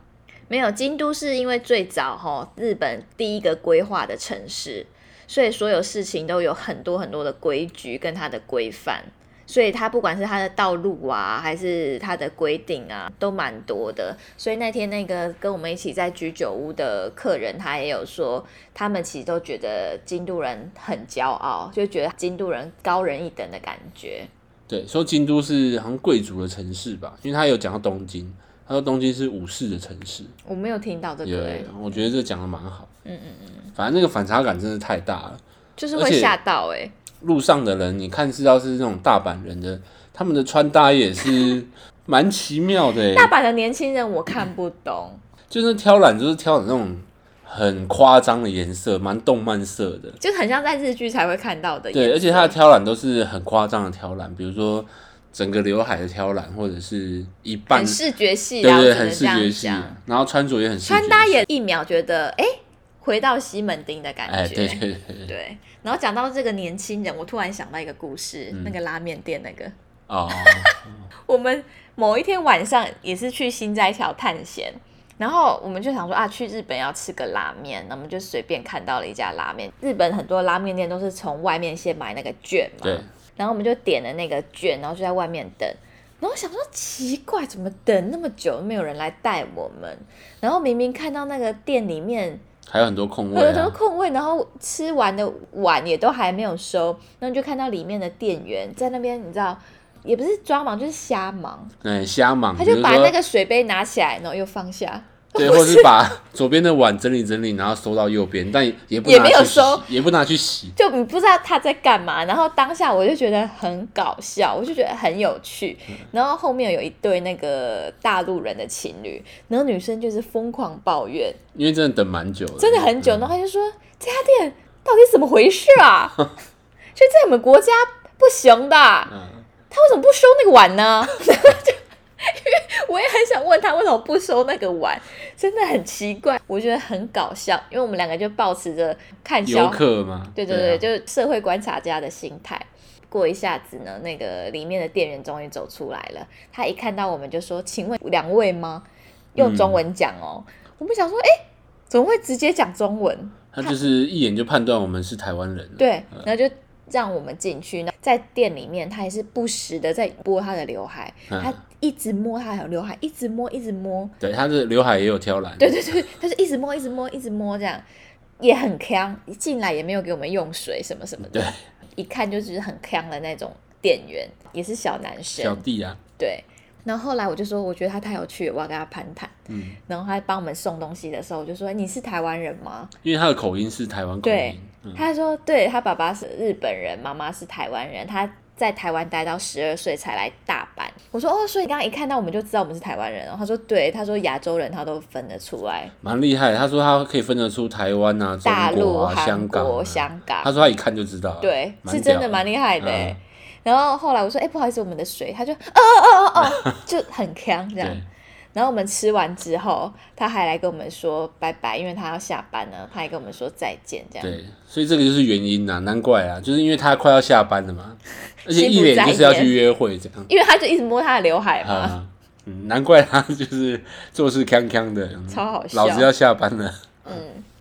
Speaker 2: 没有京都是因为最早哈日本第一个规划的城市，所以所有事情都有很多很多的规矩跟它的规范，所以它不管是它的道路啊，还是它的规定啊，都蛮多的。所以那天那个跟我们一起在居酒屋的客人，他也有说，他们其实都觉得京都人很骄傲，就觉得京都人高人一等的感觉。
Speaker 3: 对，说京都是好像贵族的城市吧，因为他有讲到东京，他说东京是武士的城市，
Speaker 2: 我没有听到这
Speaker 3: 有
Speaker 2: 个、欸，
Speaker 3: 我觉得这讲的蛮好。嗯嗯嗯，反正那个反差感真的太大了。
Speaker 2: 就是
Speaker 3: 而
Speaker 2: 会
Speaker 3: 且
Speaker 2: 吓到哎、
Speaker 3: 路上的人，你看是要是那种大阪人的，他们的穿搭也是 <laughs> 蛮奇妙的耶，欸
Speaker 2: 大阪的年轻人我看不懂，
Speaker 3: 就是挑染就是挑染那种很夸张的颜色，蛮动漫色的。
Speaker 2: 就很像在日剧才会看到的颜色。
Speaker 3: 对，而且它的挑染都是很夸张的挑染，比如说整个刘海的挑染，或者是一半
Speaker 2: 很，视觉系
Speaker 3: 对
Speaker 2: 啦，
Speaker 3: 对，
Speaker 2: 我只
Speaker 3: 很
Speaker 2: 能
Speaker 3: 视
Speaker 2: 这样
Speaker 3: 觉系
Speaker 2: 讲。，
Speaker 3: 然后穿着也很视觉
Speaker 2: 穿搭
Speaker 3: 系
Speaker 2: 也一秒觉得哎、诶回到西门町的感觉。
Speaker 3: 哎，对对对对
Speaker 2: 对然后讲到这个年轻人，我突然想到一个故事，
Speaker 3: 嗯
Speaker 2: 那个拉面店那个，
Speaker 3: 哦，
Speaker 2: 我们某一天晚上也是去新斋桥探险，然后我们就想说啊，去日本要吃个拉面，那我们就随便看到了一家拉面。日本很多拉面店都是从外面先买那个券嘛，
Speaker 3: 对，
Speaker 2: 然后我们就点了那个券，然后就在外面等。然后想说奇怪，怎么等那么久没有人来带我们？然后明明看到那个店里面
Speaker 3: 还有很多空
Speaker 2: 有
Speaker 3: 位
Speaker 2: 很多 <laughs>
Speaker 3: 啊，
Speaker 2: 空位，然后吃完的碗也都还没有收，然后就看到里面的店员在那边，你知道，也不是装忙，就是瞎忙，
Speaker 3: 对，瞎忙，
Speaker 2: 他
Speaker 3: 比
Speaker 2: 就
Speaker 3: 如
Speaker 2: 把
Speaker 3: 说
Speaker 2: 那个水杯拿起来，然后又放下，
Speaker 3: 对，或是把左边的碗整理整理，然后收到右边，但也不
Speaker 2: 也
Speaker 3: 拿
Speaker 2: 没
Speaker 3: 去
Speaker 2: 有
Speaker 3: 洗
Speaker 2: 收，
Speaker 3: 也不拿去洗。
Speaker 2: 就你不知道他在干嘛。然后当下我就觉得很搞笑，我就觉得很有趣。然后后面有一对那个大陆人的情侣，然后女生就是疯狂抱怨，
Speaker 3: 因为真的等蛮久的，
Speaker 2: 真的很久，然后他就说这家店到底怎么回事啊？就在我们国家不行的啊、
Speaker 3: 嗯，
Speaker 2: 他为什么不收那个碗呢？ <laughs> 就因为我也很想问他为什么不收那个碗，真的很奇怪，我觉得很搞笑，因为我们两个就保持着看
Speaker 3: 游
Speaker 2: 消，
Speaker 3: 客嘛，
Speaker 2: 对对对，
Speaker 3: 对啊
Speaker 2: 就是社会观察家的心态。过一下子呢，那个里面的店员终于走出来了，他一看到我们就说：“请问两位吗？”用中文讲哦，我们想说，哎、怎么会直接讲中文？
Speaker 3: 他就是一眼就判断我们是台湾人了，
Speaker 2: 对，然后就让我们进去。那在店里面，他也是不时的在拨他的刘海，
Speaker 3: 嗯
Speaker 2: 他一直摸他的刘海，一直摸，一直摸。
Speaker 3: 对，他的刘海也有挑染，
Speaker 2: 对对对，他就一直摸，一直摸，一直摸，这样也很坑。一进来也没有给我们用水什么什么的
Speaker 3: 对，
Speaker 2: 一看就是很坑的那种店员，也是小男
Speaker 3: 小
Speaker 2: 生。
Speaker 3: 弟啊，
Speaker 2: 对。然后后来我就说，我觉得他太有趣了，我要跟他攀谈。
Speaker 3: 嗯，
Speaker 2: 然后他帮我们送东西的时候，我就说：“你是台湾人吗？”
Speaker 3: 因为他的口音是台湾口
Speaker 2: 对
Speaker 3: 音，嗯，
Speaker 2: 他说，对他爸爸是日本人，妈妈是台湾人，他在台湾待到十二岁才来大阪。我说哦，所以刚刚一看到我们就知道我们是台湾人哦。他说对，他说亚洲人他都分得出来，
Speaker 3: 蛮厉害的。他说他可以分得出台湾啊、中
Speaker 2: 大陆、
Speaker 3: 国啊、
Speaker 2: 韩
Speaker 3: 香港
Speaker 2: 国、
Speaker 3: 啊，
Speaker 2: 香港，
Speaker 3: 他说他一看就知道了，
Speaker 2: 对，
Speaker 3: 蛮
Speaker 2: 是真的
Speaker 3: 屌
Speaker 2: 蛮厉害的欸。
Speaker 3: 嗯
Speaker 2: 然后后来我说，哎、不好意思，我们的水，他就哦哦哦哦
Speaker 3: <laughs>
Speaker 2: 哦，就很强这样
Speaker 3: 对。，
Speaker 2: 然后我们吃完之后，他还来跟我们说拜拜，因为他要下班了，他还跟我们说再见这样。
Speaker 3: 对，所以这个就是原因呐、难怪啊，就是因为他快要下班
Speaker 2: <laughs>
Speaker 3: 了嘛，而且
Speaker 2: 心
Speaker 3: 一
Speaker 2: 不
Speaker 3: 脸
Speaker 2: 在
Speaker 3: 就是要
Speaker 2: 焉
Speaker 3: 去约会这样
Speaker 2: 因为他就一直摸他的刘海嘛，
Speaker 3: 啊。嗯，难怪他就是做事康康的，嗯
Speaker 2: 超好笑
Speaker 3: 老子要下班了。
Speaker 2: 嗯，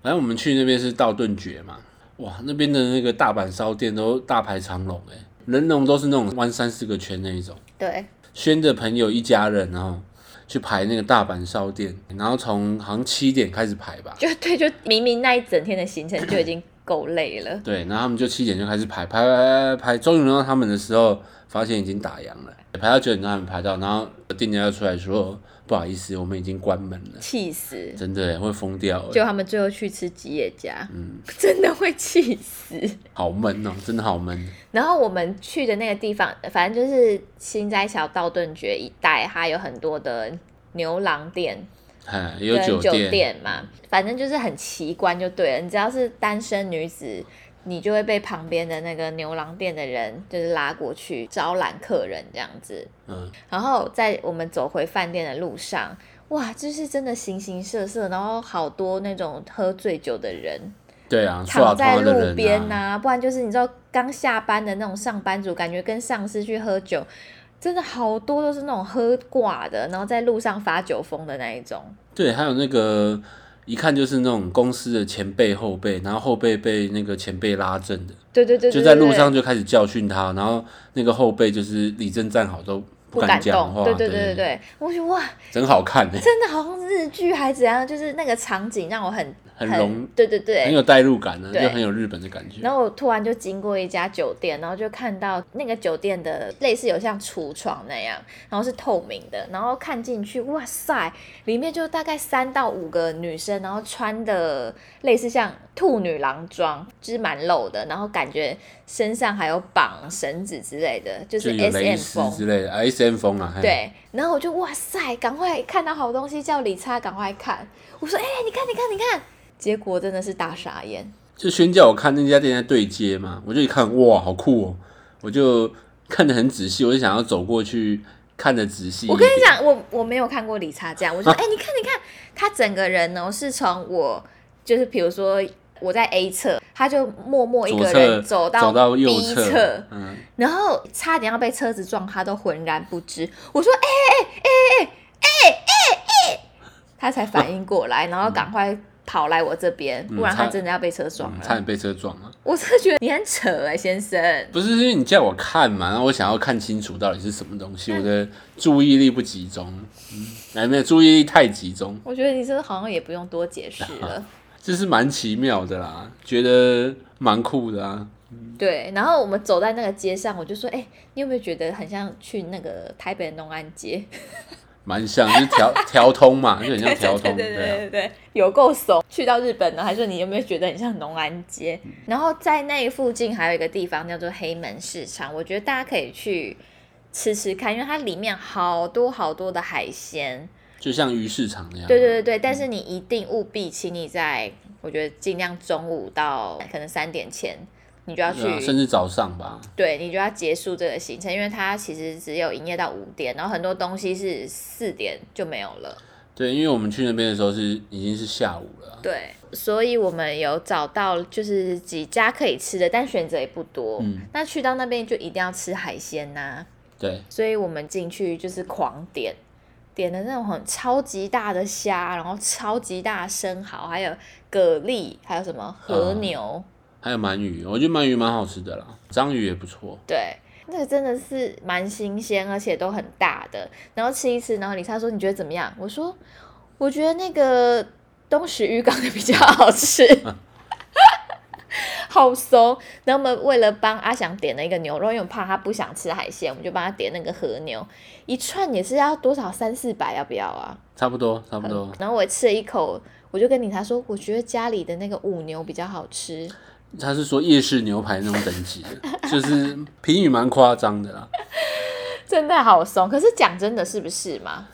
Speaker 3: 反正我们去那边是道顿崛嘛，哇，那边的那个大阪烧店都大排长龙哎、人龙都是那种弯三四个圈那一种。
Speaker 2: 对。
Speaker 3: 轩的朋友一家人然后去排那个大阪烧店，然后从好像七点开始排吧，，
Speaker 2: 就对，就明明那一整天的行程就已经够累了
Speaker 3: 对，然后他们就七点就开始排，排排排排，终于轮到他们的时候，发现已经打烊了，排到九点钟还没排到，然后店家就出来说不好意思，我们已经关门了，
Speaker 2: 气死！
Speaker 3: 真的耶会疯掉欸耶，
Speaker 2: 就他们最后去吃吉野家，
Speaker 3: 嗯
Speaker 2: 真的会气死。
Speaker 3: 好闷哦、真的好闷，
Speaker 2: 然后我们去的那个地方，反正就是新斋桥道顿崛一带，它有很多的牛郎店
Speaker 3: 哎，也有
Speaker 2: 跟酒
Speaker 3: 店，
Speaker 2: 店嘛，反正就是很奇观就对了。你只要是单身女子，你就会被旁边的那个牛郎店的人就是拉过去招揽客人这样子。
Speaker 3: 嗯，
Speaker 2: 然后在我们走回饭店的路上，哇，就是真的形形色色，然后好多那种喝醉酒的人，
Speaker 3: 对啊，
Speaker 2: 躺在
Speaker 3: 刷头的
Speaker 2: 路
Speaker 3: 人
Speaker 2: 边
Speaker 3: 啊，
Speaker 2: 呐、不然就是你知道刚下班的那种上班族，感觉跟上司去喝酒，真的好多都是那种喝挂的，然后在路上发酒疯的那一种。
Speaker 3: 对，还有那个一看就是那种公司的前辈后辈，然后后辈被那个前辈拉正的，
Speaker 2: 对对对对
Speaker 3: 就
Speaker 2: 对
Speaker 3: 在路
Speaker 2: 对
Speaker 3: 上就开始教训他，然后那个后辈就是李正站好都不
Speaker 2: 不
Speaker 3: 敢
Speaker 2: 敢
Speaker 3: 讲
Speaker 2: 动。
Speaker 3: 话
Speaker 2: 对对
Speaker 3: 对
Speaker 2: 对对对，我觉得哇，
Speaker 3: 真好看欸呢、
Speaker 2: 真的好像日剧还怎样，就是那个场景让我很
Speaker 3: 很融
Speaker 2: 对对对，
Speaker 3: 很有代入感呢、
Speaker 2: 对
Speaker 3: 就很有日本的感觉。
Speaker 2: 然后我突然就经过一家酒店，然后就看到那个酒店的类似有像橱窗那样，然后是透明的，然后看进去，哇塞，里面就大概三到五个女生，然后穿的类似像兔女郎装，就是蛮露的，然后感觉身上还有绑绳子之类的，就
Speaker 3: 就是有
Speaker 2: S
Speaker 3: 蕾
Speaker 2: M
Speaker 3: 丝
Speaker 2: 风。
Speaker 3: 之类的、s M 风啊，嘿，
Speaker 2: 对，然后我就哇塞，赶快看到好东西叫李叉，赶快看。我说，哎、你看，你看，你看，结果真的是大傻眼。
Speaker 3: 就宣教我看那家店在对街嘛，我就一看，哇，好酷哦！我就看得很仔细，我就想要走过去看得仔细。
Speaker 2: 我跟你，讲，我我没有看过理查这样，我就说，哎、你看，你看，他整个人呢是从我，就是比如说我在 A 侧，他就默默一
Speaker 3: 左
Speaker 2: 个
Speaker 3: 侧
Speaker 2: 人走到
Speaker 3: 走到右
Speaker 2: B
Speaker 3: 侧，嗯，
Speaker 2: 然后差点要被车子撞，他都浑然不知。我说，哎哎哎哎哎哎哎哎，他才反应过来，然后赶快跑来我这边，
Speaker 3: 嗯
Speaker 2: 不然
Speaker 3: 差
Speaker 2: 他真的要被车撞
Speaker 3: 嗯
Speaker 2: 了。
Speaker 3: 差点被车撞了。
Speaker 2: 我真的觉得你很扯哎、先生。
Speaker 3: 不是因为你叫我看嘛，然后我想要看清楚到底是什么东西，我的注意力不集中，嗯，哎，没有注意力太集中，
Speaker 2: 我觉得你真的好像也不用多解释 <laughs> 了。
Speaker 3: 这是蛮奇妙的啦，觉得蛮酷的啊。
Speaker 2: 对，然后我们走在那个街上，我就说：“哎、你有没有觉得很像去那个台北的农安街
Speaker 3: 蛮像，就是调 <laughs> 调通嘛，就很？”像
Speaker 2: 对
Speaker 3: 调
Speaker 2: <laughs> 对
Speaker 3: 通，
Speaker 2: 对对
Speaker 3: 啊。
Speaker 2: 对对，有够怂。去到日本呢，还说你有没有觉得很像农安街？然后在那附近还有一个地方叫做黑门市场，我觉得大家可以去吃吃看，因为它里面好多好多的海鲜。
Speaker 3: 就像鱼市场那样。
Speaker 2: 对对对
Speaker 3: 嗯
Speaker 2: 对，但是你一定务必，请你在我觉得尽量中午到可能三点前，你就要去
Speaker 3: 对啊，甚至早上吧，
Speaker 2: 对你就要结束这个行程，因为它其实只有营业到五点，然后很多东西是四点就没有了。
Speaker 3: 对，因为我们去那边的时候是已经是下午了啊，
Speaker 2: 对，所以我们有找到就是几家可以吃的，但选择也不多。
Speaker 3: 嗯
Speaker 2: 那去到那边就一定要吃海鲜呐、
Speaker 3: 对，
Speaker 2: 所以我们进去就是狂点，点的那种很超级大的虾，然后超级大的生蚝，还有蛤蜊，还有什么和
Speaker 3: 嗯
Speaker 2: 牛。
Speaker 3: 还有鳗鱼，我觉得鳗鱼蛮好吃的啦，章鱼也不错，
Speaker 2: 对，那个真的是蛮新鲜，而且都很大的。然后吃一吃，然后李莎说你觉得怎么样？我说我觉得那个东石渔港的比较好吃。 <laughs> 好怂，然后我们为了帮阿翔点了一个牛肉，因为我怕他不想吃海鲜，我们就帮他点那个和牛，一串也是要多少三四百，要不要啊？
Speaker 3: 差不多，差不多，
Speaker 2: 然后我吃了一口，我就跟李莎说，我觉得家里的那个五牛比较好吃。
Speaker 3: 他是说夜市牛排那种等级的， <laughs> 就是评语蛮夸张的啦，
Speaker 2: 真的好怂，可是讲真的是不是嘛？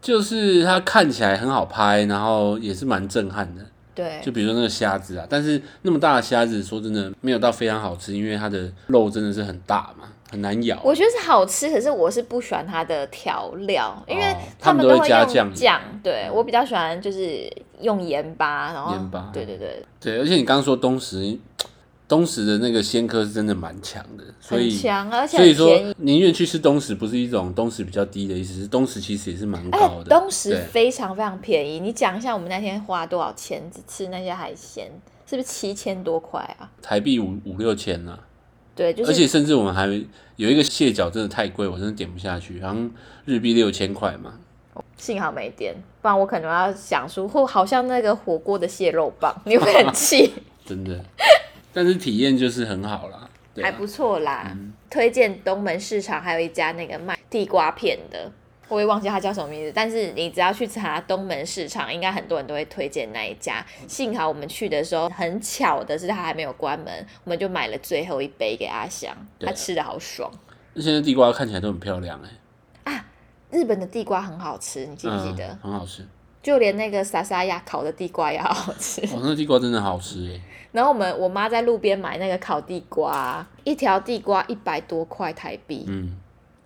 Speaker 3: 就是它看起来很好拍，然后也是蛮震撼的，
Speaker 2: 对，
Speaker 3: 就比如说那个虾子啊，但是那么大的虾子，说真的没有到非常好吃，因为它的肉真的是很大嘛，很难咬，
Speaker 2: 我觉得是好吃，可是我是不喜欢它的调料，因为
Speaker 3: 哦他
Speaker 2: 他
Speaker 3: 们
Speaker 2: 们
Speaker 3: 都会
Speaker 2: 会
Speaker 3: 加
Speaker 2: 用
Speaker 3: 酱油嗯
Speaker 2: 对我比较喜欢就是用盐巴，然后
Speaker 3: 盐巴
Speaker 2: 对对对，
Speaker 3: 对，而且你刚刚说东石，东石的那个鲜科是真的蛮强的，所
Speaker 2: 很
Speaker 3: 以
Speaker 2: 强，而且
Speaker 3: 所以
Speaker 2: 很便
Speaker 3: 说
Speaker 2: 宜。
Speaker 3: 宁愿去吃东石，不是一种东石比较低的意思，是东石其实也是蛮
Speaker 2: 而
Speaker 3: 高
Speaker 2: 且
Speaker 3: 的。
Speaker 2: 哎东石
Speaker 3: 对
Speaker 2: 非常非常便宜，你讲一下我们那天花多少钱只吃那些海鲜，是不是七千多块啊？
Speaker 3: 台币五五六千呢、
Speaker 2: 对，就
Speaker 3: 而且
Speaker 2: 是
Speaker 3: 甚至我们还有一个蟹脚真的太贵，我真的点不下去，好像日币六千块嘛。
Speaker 2: 幸好没点，不然我可能要想说，或好像那个火锅的蟹肉棒，你会很气。<laughs>
Speaker 3: 真的，但是体验就是很好啦。对啊
Speaker 2: 还不错啦，推荐东门市场还有一家那个卖地瓜片的，我也忘记它叫什么名字，但是你只要去查东门市场，应该很多人都会推荐那一家。幸好我们去的时候很巧的是它还没有关门，我们就买了最后一杯给阿翔，
Speaker 3: 对啊
Speaker 2: 他吃的好爽。
Speaker 3: 那现在地瓜看起来都很漂亮哎、
Speaker 2: 日本的地瓜很好吃，你记不记得？
Speaker 3: 嗯、很好吃。
Speaker 2: 就连那个萨萨亚烤的地瓜也好好
Speaker 3: <laughs>
Speaker 2: 吃。
Speaker 3: 哦，那地瓜真的好吃哎、
Speaker 2: 然后我们我妈在路边买那个烤地瓜，一条地瓜一百多块台币，
Speaker 3: 嗯，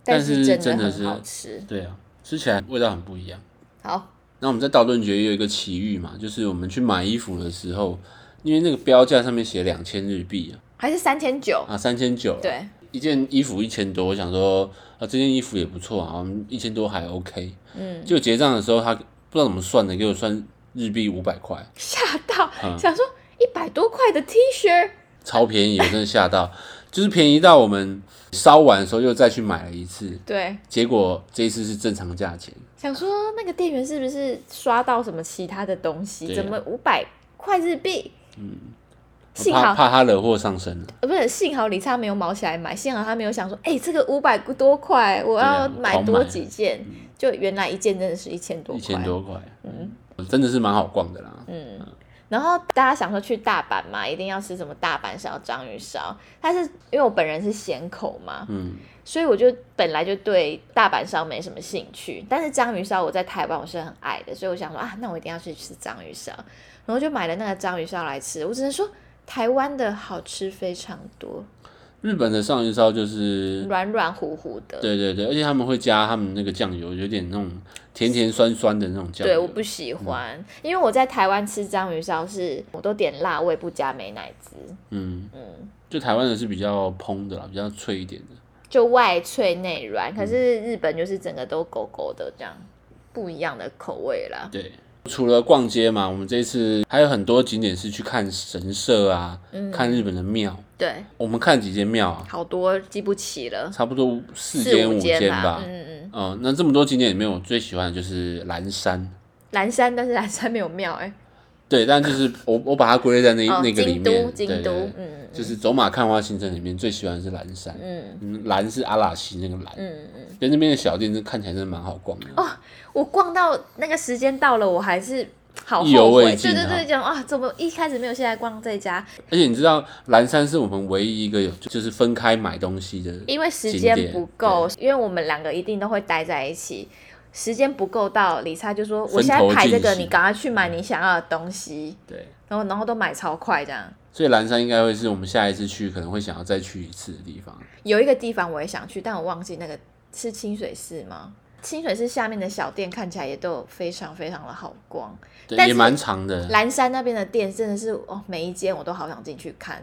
Speaker 3: 但
Speaker 2: 但
Speaker 3: 是
Speaker 2: 是真
Speaker 3: 真的是
Speaker 2: 很好吃。
Speaker 3: 对啊，吃起来味道很不一样。
Speaker 2: 好，
Speaker 3: 那我们在道顿崛也有一个奇遇嘛，就是我们去买衣服的时候，因为那个标价上面写两千日币啊
Speaker 2: 还是三千九。
Speaker 3: 啊，三千九，，
Speaker 2: 对，
Speaker 3: 一件衣服一千多，我想说啊，这件衣服也不错啊，一千多还 OK。
Speaker 2: 嗯，
Speaker 3: 就结账的时候，他不知道怎么算的，给我算日币五百块，
Speaker 2: <laughs> 吓到，
Speaker 3: 嗯
Speaker 2: 想说一百多块的 T 恤，
Speaker 3: 超便宜，我真的吓到。 <laughs> 就是便宜到我们烧完的时候又再去买了一次，
Speaker 2: 对，
Speaker 3: 结果这一次是正常价钱，
Speaker 2: 想说那个店员是不是刷到什么其他的东西？
Speaker 3: 对啊嗯
Speaker 2: 怎么五百块日币？
Speaker 3: 我
Speaker 2: 幸
Speaker 3: 怕
Speaker 2: 好
Speaker 3: 怕它惹祸上身了。
Speaker 2: 呃，不是，幸好李差没有毛起来买，幸好他没有想说，哎、这个五百多块，我要
Speaker 3: 对啊
Speaker 2: 买
Speaker 3: 狂
Speaker 2: 多
Speaker 3: 买嗯
Speaker 2: 几件。就原来一件真的是一千多嗯
Speaker 3: 一
Speaker 2: 块，
Speaker 3: 千多块，嗯，真的是蛮好逛的啦。
Speaker 2: 然后大家想说去大阪嘛，一定要吃什么大阪烧、章鱼烧。但是因为我本人是咸口嘛，
Speaker 3: 嗯，
Speaker 2: 所以我就本来就对大阪烧没什么兴趣。但是章鱼烧我在台湾我是很爱的，所以我想说啊，那我一定要去吃章鱼烧。然后就买了那个章鱼烧来吃。我只能说台湾的好吃非常多，
Speaker 3: 日本的上鱼烧就是，
Speaker 2: 软软糊糊的。
Speaker 3: 嗯对对对，而且他们会加他们那个酱油，有点那种甜甜酸酸的那种酱
Speaker 2: 对，我
Speaker 3: 油。
Speaker 2: 不喜欢，
Speaker 3: 嗯
Speaker 2: 因为我在台湾吃章鱼烧是我都点辣味不加美乃滋，
Speaker 3: 嗯，
Speaker 2: 嗯。
Speaker 3: 就台湾的是比较蓬的啦，比较脆一点的。
Speaker 2: 就外脆内软，可是日本就是整个都狗狗的这样，不一样的口味啦。
Speaker 3: 对，除了逛街嘛，我们这一次还有很多景点是去看神社啊，
Speaker 2: 嗯
Speaker 3: 看日本的庙。
Speaker 2: 对，
Speaker 3: 我们看几间庙啊？
Speaker 2: 好多记不起了，
Speaker 3: 差不多四
Speaker 2: 四
Speaker 3: 间
Speaker 2: 五
Speaker 3: 间
Speaker 2: 啦
Speaker 3: 吧。。
Speaker 2: 嗯嗯嗯，
Speaker 3: 嗯，那这么多景点里面，我最喜欢的就是岚山。
Speaker 2: 蓝山，但是蓝山没有庙哎、
Speaker 3: 对，但就是我我把它归类在那、
Speaker 2: 哦，
Speaker 3: 那个里
Speaker 2: 京都，
Speaker 3: 面，
Speaker 2: 京
Speaker 3: 对
Speaker 2: 都，
Speaker 3: 对对
Speaker 2: 嗯
Speaker 3: 就是走马看花行程里面最喜欢的是蓝山，
Speaker 2: 嗯
Speaker 3: 嗯，蓝是阿拉西那个蓝，
Speaker 2: 嗯嗯。
Speaker 3: 对，那边的小店真的看起来真的蛮好逛的，哦，
Speaker 2: 我逛到那个时间到了，我还是好
Speaker 3: 意犹
Speaker 2: 后悔。
Speaker 3: 未
Speaker 2: 对
Speaker 3: 尽
Speaker 2: 对
Speaker 3: 啊
Speaker 2: 对，讲啊，怎么一开始没有先来逛这家？
Speaker 3: 而且你知道蓝山是我们唯一一个有就是分开买东西的，
Speaker 2: 因为时
Speaker 3: 景
Speaker 2: 间
Speaker 3: 点
Speaker 2: 不够，因为我们两个一定都会待在一起，时间不够到，李莎就说：“我现在
Speaker 3: 头
Speaker 2: 排这
Speaker 3: 进
Speaker 2: 个，
Speaker 3: 行
Speaker 2: 你赶快去买你想要的东西。
Speaker 3: 对，”
Speaker 2: 然后，然后都买超快这样。
Speaker 3: 所以蓝山应该会是我们下一次去可能会想要再去一次的地方，
Speaker 2: 有一个地方我也想去，但我忘记那个是清水寺吗？清水寺下面的小店看起来也都有非常非常的好逛，但
Speaker 3: 对，
Speaker 2: 是
Speaker 3: 也蛮长的。
Speaker 2: 蓝山那边的店真的是哦，每一间我都好想进去看。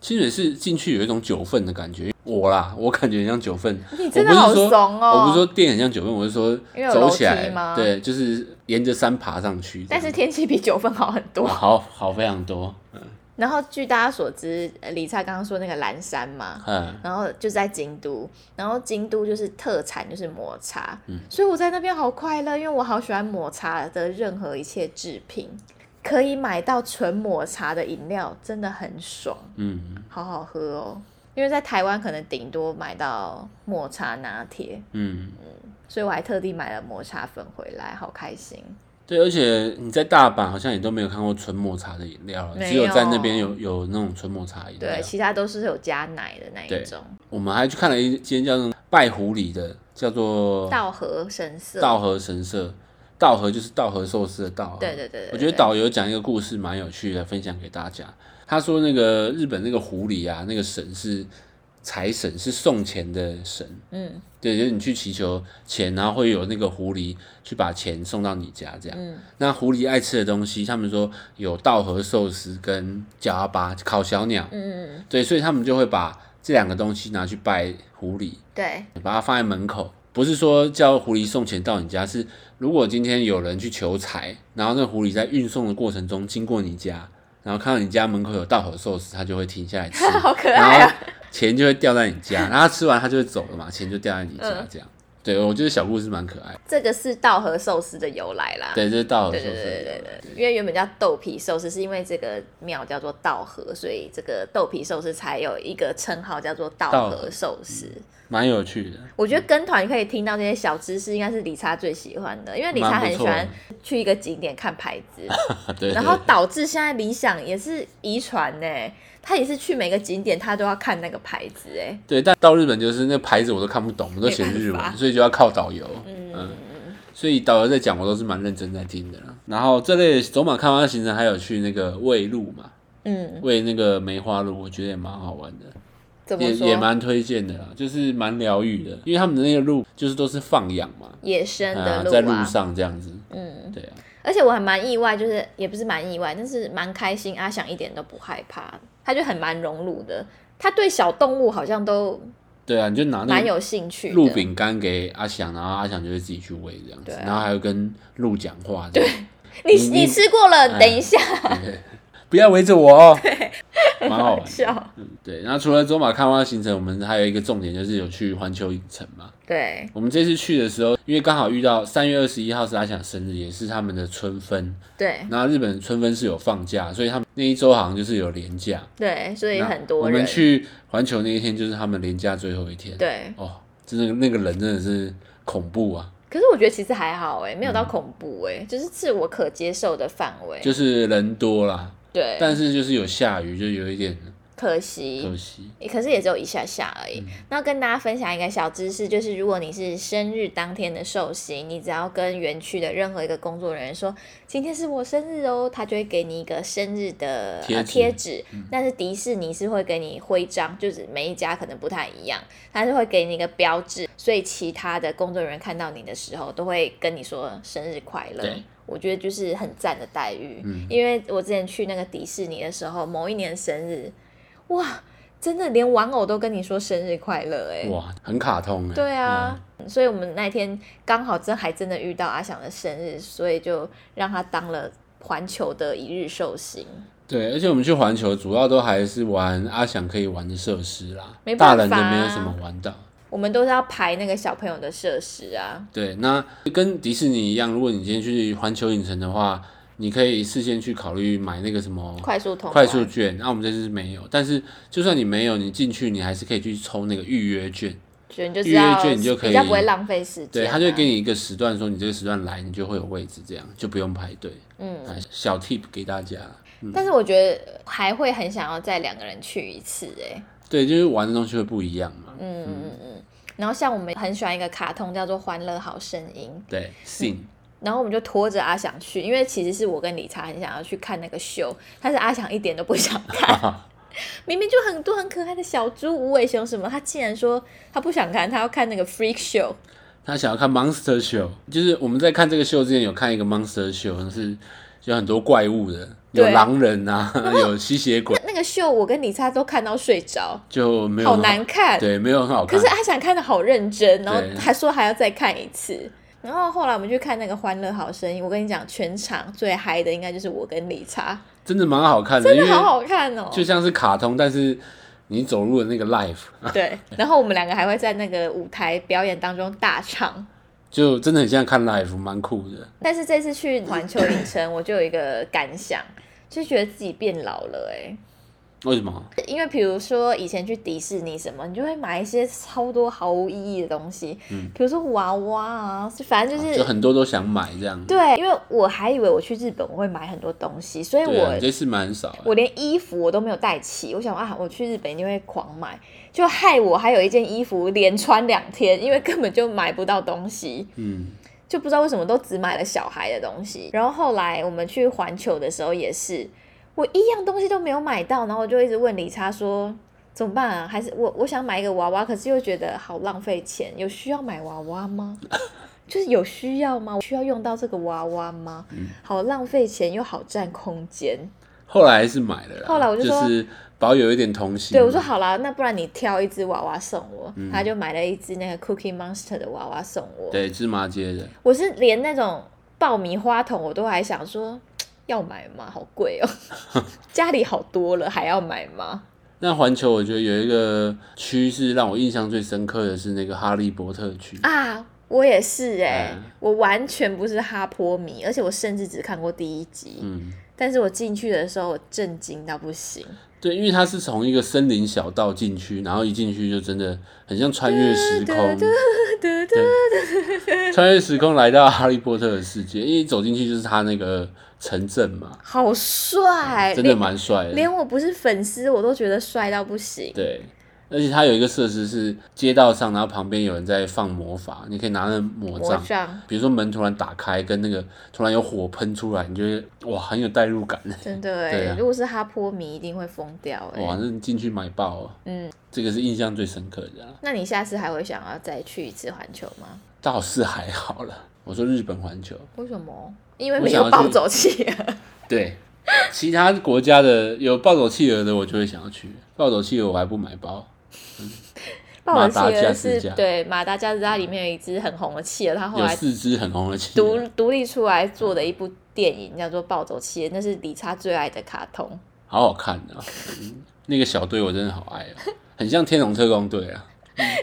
Speaker 3: 清水寺进去有一种九份的感觉，我啦，我感觉很像九份，
Speaker 2: 你
Speaker 3: 我
Speaker 2: 真的
Speaker 3: 不是
Speaker 2: 好
Speaker 3: 说
Speaker 2: 怂哦
Speaker 3: 我不是说店很像九份，我是说
Speaker 2: 因为有楼
Speaker 3: 走
Speaker 2: 梯
Speaker 3: 起来
Speaker 2: 吗，
Speaker 3: 对，就是沿着山爬上去这样。
Speaker 2: 但是天气比九份好很多
Speaker 3: 哇，。好好非常多，
Speaker 2: 然后据大家所知，呃李灿刚刚说那个蓝山嘛，
Speaker 3: 嗯，
Speaker 2: 然后就在京都，然后京都就是特产就是抹茶，所以我在那边好快乐，因为我好喜欢抹茶的任何一切制品，可以买到纯抹茶的饮料，真的很爽，
Speaker 3: 嗯
Speaker 2: 好好喝哦。因为在台湾可能顶多买到抹茶拿铁，
Speaker 3: 嗯，
Speaker 2: 所以我还特地买了抹茶粉回来，好开心。
Speaker 3: 对，而且你在大阪好像也都没有看过纯抹茶的饮料了，
Speaker 2: 没有
Speaker 3: 只有在那边有有那种纯抹茶饮料
Speaker 2: 对，。其他都是有加奶的那一
Speaker 3: 对
Speaker 2: 种。
Speaker 3: 我们还去看了一间叫做拜狐狸的，叫做
Speaker 2: 稻荷神社，
Speaker 3: 道和神社。道和就是道和寿司的道和。啊
Speaker 2: 对对对对对
Speaker 3: 我觉得导游讲一个故事蛮有趣的，分享给大家。他说那个日本那个狐狸啊，那个神是财神，是送钱的神。
Speaker 2: 嗯
Speaker 3: 对，就是你去祈求钱，然后会有那个狐狸去把钱送到你家这样。
Speaker 2: 嗯
Speaker 3: 那狐狸爱吃的东西，他们说有稻荷寿司跟叫阿巴烤小鸟，
Speaker 2: 嗯嗯，
Speaker 3: 对，所以他们就会把这两个东西拿去拜狐狸，
Speaker 2: 对，
Speaker 3: 把它放在门口。不是说叫狐狸送钱到你家，是如果今天有人去求财，然后那狐狸在运送的过程中经过你家，然后看到你家门口有稻荷寿司，它就会停下来吃，
Speaker 2: <laughs> 好可爱
Speaker 3: 然
Speaker 2: 啊
Speaker 3: 后！钱就会掉在你家，然后他吃完他就会走了嘛，钱就掉在你家
Speaker 2: 嗯
Speaker 3: 这样。对，我觉得小故事蛮可爱的。
Speaker 2: 这个是稻荷寿司的由来啦。
Speaker 3: 对，这是稻荷
Speaker 2: 对
Speaker 3: 寿
Speaker 2: 对对
Speaker 3: 司
Speaker 2: 对。对对，因为原本叫豆皮寿司，是因为这个庙叫做稻荷，所以这个豆皮寿司才有一个称号叫做稻
Speaker 3: 稻
Speaker 2: 荷
Speaker 3: 荷
Speaker 2: 寿司。
Speaker 3: 蛮有趣的。 <laughs>
Speaker 2: 我觉得跟团可以听到这些小知识，应该是理查最喜欢的，因为理查
Speaker 3: 蛮不
Speaker 2: 很喜
Speaker 3: 错的
Speaker 2: 欢去一个景点看牌子，
Speaker 3: 对， <laughs>
Speaker 2: 然后
Speaker 3: 对
Speaker 2: 导致现在理想也是遗传呢，他也是去每个景点他都要看那个牌子哎。
Speaker 3: 对，但到日本就是那牌子我都看不懂，我都写
Speaker 2: 没
Speaker 3: 日
Speaker 2: 办法
Speaker 3: 文，所以就要靠导游。嗯，所以导游在讲，我都是蛮认真在听的啦。然后这类走马看花行程，还有去那个喂鹿嘛，
Speaker 2: 嗯，
Speaker 3: 喂那个梅花鹿，我觉得也蛮好玩的，
Speaker 2: 怎么
Speaker 3: 也
Speaker 2: 说？
Speaker 3: 也蛮推荐的啦，就是蛮疗愈的，因为他们的那个鹿就是都是放养嘛，
Speaker 2: 野生的
Speaker 3: 啊，
Speaker 2: 鹿
Speaker 3: 在路
Speaker 2: 啊，
Speaker 3: 上这样子，
Speaker 2: 嗯，
Speaker 3: 对啊，
Speaker 2: 而且我还蛮意外，就是也不是蛮意外，但是蛮开心。阿翔一点都不害怕，他就很蛮融入的。他对小动物好像都
Speaker 3: 对啊，你就拿那
Speaker 2: 蛮
Speaker 3: 个
Speaker 2: 有兴趣的。
Speaker 3: 鹿饼干给阿翔，然后阿翔就会自己去喂这样子
Speaker 2: 对，啊
Speaker 3: 然后还有跟鹿讲话这样。
Speaker 2: 你
Speaker 3: 你哎
Speaker 2: 你吃过了，等一下。 <laughs>
Speaker 3: 不要围着我哦。
Speaker 2: 开
Speaker 3: 蛮好
Speaker 2: 玩 <laughs>
Speaker 3: 玩
Speaker 2: 笑。
Speaker 3: 对，然后除了走马看花行程，我们还有一个重点就是有去环球影城嘛。
Speaker 2: 对，
Speaker 3: 我们这次去的时候，因为刚好遇到三月二十一号是阿翔生日，也是他们的春分。
Speaker 2: 对，
Speaker 3: 那日本春分是有放假，所以他们那一周好像就是有连假。
Speaker 2: 对，所以
Speaker 3: 那
Speaker 2: 很多
Speaker 3: 我
Speaker 2: 人。
Speaker 3: 们去环球那一天就是他们连假最后一天。
Speaker 2: 对，
Speaker 3: 哦，真的那个人真的是恐怖啊！
Speaker 2: 可是我觉得其实还好哎、没有到恐怖哎、就是是我可接受的范围。
Speaker 3: 就是人多啦，
Speaker 2: 对，
Speaker 3: 但是就是有下雨，就有一点
Speaker 2: 可惜，
Speaker 3: 可惜。
Speaker 2: 也可是也只有一下下而已。
Speaker 3: 嗯
Speaker 2: 那跟大家分享一个小知识，就是如果你是生日当天的寿星，你只要跟园区的任何一个工作人员说今天是我生日哦，他就会给你一个生日的
Speaker 3: 贴
Speaker 2: 呃
Speaker 3: 纸嗯
Speaker 2: 贴纸。但是迪士尼是会给你徽章，就是每一家可能不太一样，它是会给你一个标志，所以其他的工作人员看到你的时候都会跟你说生日快乐
Speaker 3: 对。
Speaker 2: 我觉得就是很赞的待遇，
Speaker 3: 嗯
Speaker 2: 因为我之前去那个迪士尼的时候，某一年生日，哇，真的连玩偶都跟你说生日快乐哎、
Speaker 3: 哇，很卡通哎、
Speaker 2: 对啊，所以我们那天刚好真还真的遇到阿翔的生日，所以就让他当了环球的一日寿星。
Speaker 3: 嗯对，而且我们去环球主要都还是玩阿翔可以玩的设施啦，
Speaker 2: 没
Speaker 3: 大
Speaker 2: 办法
Speaker 3: 人
Speaker 2: 啊
Speaker 3: 的没有什么玩到。
Speaker 2: 我们都是要排那个小朋友的设施啊，
Speaker 3: 对，那跟迪士尼一样，如果你今天去环球影城的话，你可以事先去考虑买那个什么
Speaker 2: 快速通
Speaker 3: 快
Speaker 2: 关
Speaker 3: 速券。那、我们这次是没有，但是就算你没有，你进去你还是可以去抽那个预约券。
Speaker 2: 所以你就
Speaker 3: 预
Speaker 2: 知
Speaker 3: 约
Speaker 2: 道
Speaker 3: 券你就可以
Speaker 2: 比较不会浪费时间、啊。
Speaker 3: 对，他就给你一个时段，说你这个时段来，你就会有位置，这样就不用排队。
Speaker 2: 嗯，
Speaker 3: 啊小 tip 给大家，
Speaker 2: 但是我觉得还会很想要再两个人去一次哎、
Speaker 3: 对，就是玩的东西会不一样嘛。
Speaker 2: 嗯嗯嗯。然后像我们很喜欢一个卡通叫做《欢乐好声音》，
Speaker 3: 对信
Speaker 2: 然后我们就拖着阿翔去，因为其实是我跟理查很想要去看那个秀，但是阿翔一点都不想看。
Speaker 3: <laughs>
Speaker 2: 明明就很多很可爱的小猪、无尾熊什么，他竟然说他不想看，他要看那个 freak show。
Speaker 3: 他想要看 Monster Show，就是我们在看这个秀之前有看一个 Monster Show，是有很多怪物的，有
Speaker 2: 对
Speaker 3: 狼人
Speaker 2: <laughs>
Speaker 3: 啊，有吸血鬼，
Speaker 2: 那个秀我跟理查都看到睡着，
Speaker 3: 就没有
Speaker 2: 好
Speaker 3: 很
Speaker 2: 难看。
Speaker 3: 对，没有很好
Speaker 2: 可
Speaker 3: 看
Speaker 2: 是。阿翔看的好认真，然后
Speaker 3: 对
Speaker 2: 还说还要再看一次。然后后来我们去看那个《欢乐好声音》，我跟你讲，全场最嗨的应该就是我跟理查，
Speaker 3: 真的蛮好看的，
Speaker 2: 真
Speaker 3: 因
Speaker 2: 的
Speaker 3: 为
Speaker 2: 好好看哦。
Speaker 3: 就像是卡通，但是你走入了那个 life，
Speaker 2: 对，然后我们两个还会在那个舞台表演当中大唱。
Speaker 3: 就真的很像看 life，蛮酷的。
Speaker 2: 但是这次去环球影城，我就有一个感想，就觉得自己变老了哎、
Speaker 3: 为什么？
Speaker 2: 因为比如说以前去迪士尼什么，你就会买一些超多毫无意义的东西，比如说娃娃啊，就反正就是、
Speaker 3: 嗯哦就很多都想买这样。
Speaker 2: 对，因为我还以为我去日本我会买很多东西，所以
Speaker 3: 对啊，
Speaker 2: 我
Speaker 3: 你这次蛮少的。
Speaker 2: 我连衣服我都没有带齐，我想啊，我去日本一定会狂买，就害我还有一件衣服连穿两天，因为根本就买不到东西，
Speaker 3: 嗯，
Speaker 2: 就不知道为什么都只买了小孩的东西。然后后来我们去环球的时候也是，我一样东西都没有买到，然后我就一直问理查说。怎么办啊？还是我我想买一个娃娃，可是又觉得好浪费钱。有需要买娃娃吗？ <laughs> 就是有需要吗？需要用到这个娃娃吗？好浪费钱又好占空间。
Speaker 3: 后来还是买了啦。
Speaker 2: 后来我就
Speaker 3: 就
Speaker 2: 说
Speaker 3: 是保有一点童心。
Speaker 2: 对，我说好啦，那不然你挑一只娃娃送我，他就买了一只那个 Cookie Monster 的娃娃送我。
Speaker 3: 对，芝麻街的，
Speaker 2: 我是连那种爆米花筒我都还想说要买吗？好贵哦， <laughs> 家里好多了还要买吗？
Speaker 3: 那环球我觉得有一个区是让我印象最深刻的是那个哈利波特区。
Speaker 2: 啊，我也是哎、
Speaker 3: 嗯
Speaker 2: 我完全不是哈坡迷，而且我甚至只看过第一集，
Speaker 3: 嗯，
Speaker 2: 但是我进去的时候我震惊到不行。
Speaker 3: 对，因为它是从一个森林小道进去，然后一进去就真的很像穿越时空，
Speaker 2: 对 <laughs>
Speaker 3: 穿越时空来到哈利波特的世界。因为走进去就是他那个城镇嘛，
Speaker 2: 好帅，
Speaker 3: 嗯真的
Speaker 2: 连
Speaker 3: 蛮帅的。
Speaker 2: 连我不是粉丝我都觉得帅到不行。
Speaker 3: 对，而且它有一个设施是街道上，然后旁边有人在放魔法，你可以拿那魔
Speaker 2: 魔
Speaker 3: 杖，
Speaker 2: 杖
Speaker 3: 比如说门突然打开，跟那个突然有火喷出来，你就会哇很有代入感，
Speaker 2: 真的哎、
Speaker 3: 对啊
Speaker 2: 如果是哈坡迷一定会疯掉哎、
Speaker 3: 哇，那你进去买爆、哦，
Speaker 2: 嗯，
Speaker 3: 这个是印象最深刻的、啊，
Speaker 2: 那你下次还会想要再去一次环球吗？
Speaker 3: 倒是还好了。我说日本环球，
Speaker 2: 为什么？因为
Speaker 3: 我
Speaker 2: 没
Speaker 3: 想
Speaker 2: 有
Speaker 3: 要
Speaker 2: 暴
Speaker 3: 去
Speaker 2: 走
Speaker 3: <laughs>
Speaker 2: 气啊。
Speaker 3: 对，其他国家的有暴走企鹅的，我就会想要去，暴走企鹅我还不买包。
Speaker 2: 暴走
Speaker 3: 马达
Speaker 2: 企
Speaker 3: 加
Speaker 2: 鹅
Speaker 3: 斯
Speaker 2: 是
Speaker 3: 加
Speaker 2: 对马达加斯加里面有一只很红的企鹅，它后
Speaker 3: 有
Speaker 2: 来
Speaker 3: 四只啊很红的企
Speaker 2: 独
Speaker 3: 鹅，
Speaker 2: 独立出来做的一部电影叫做《暴走企鹅》，那是理查最爱的卡通。
Speaker 3: 好好看啊！嗯那个小队我真的好爱哦、很像天龙特工队啊。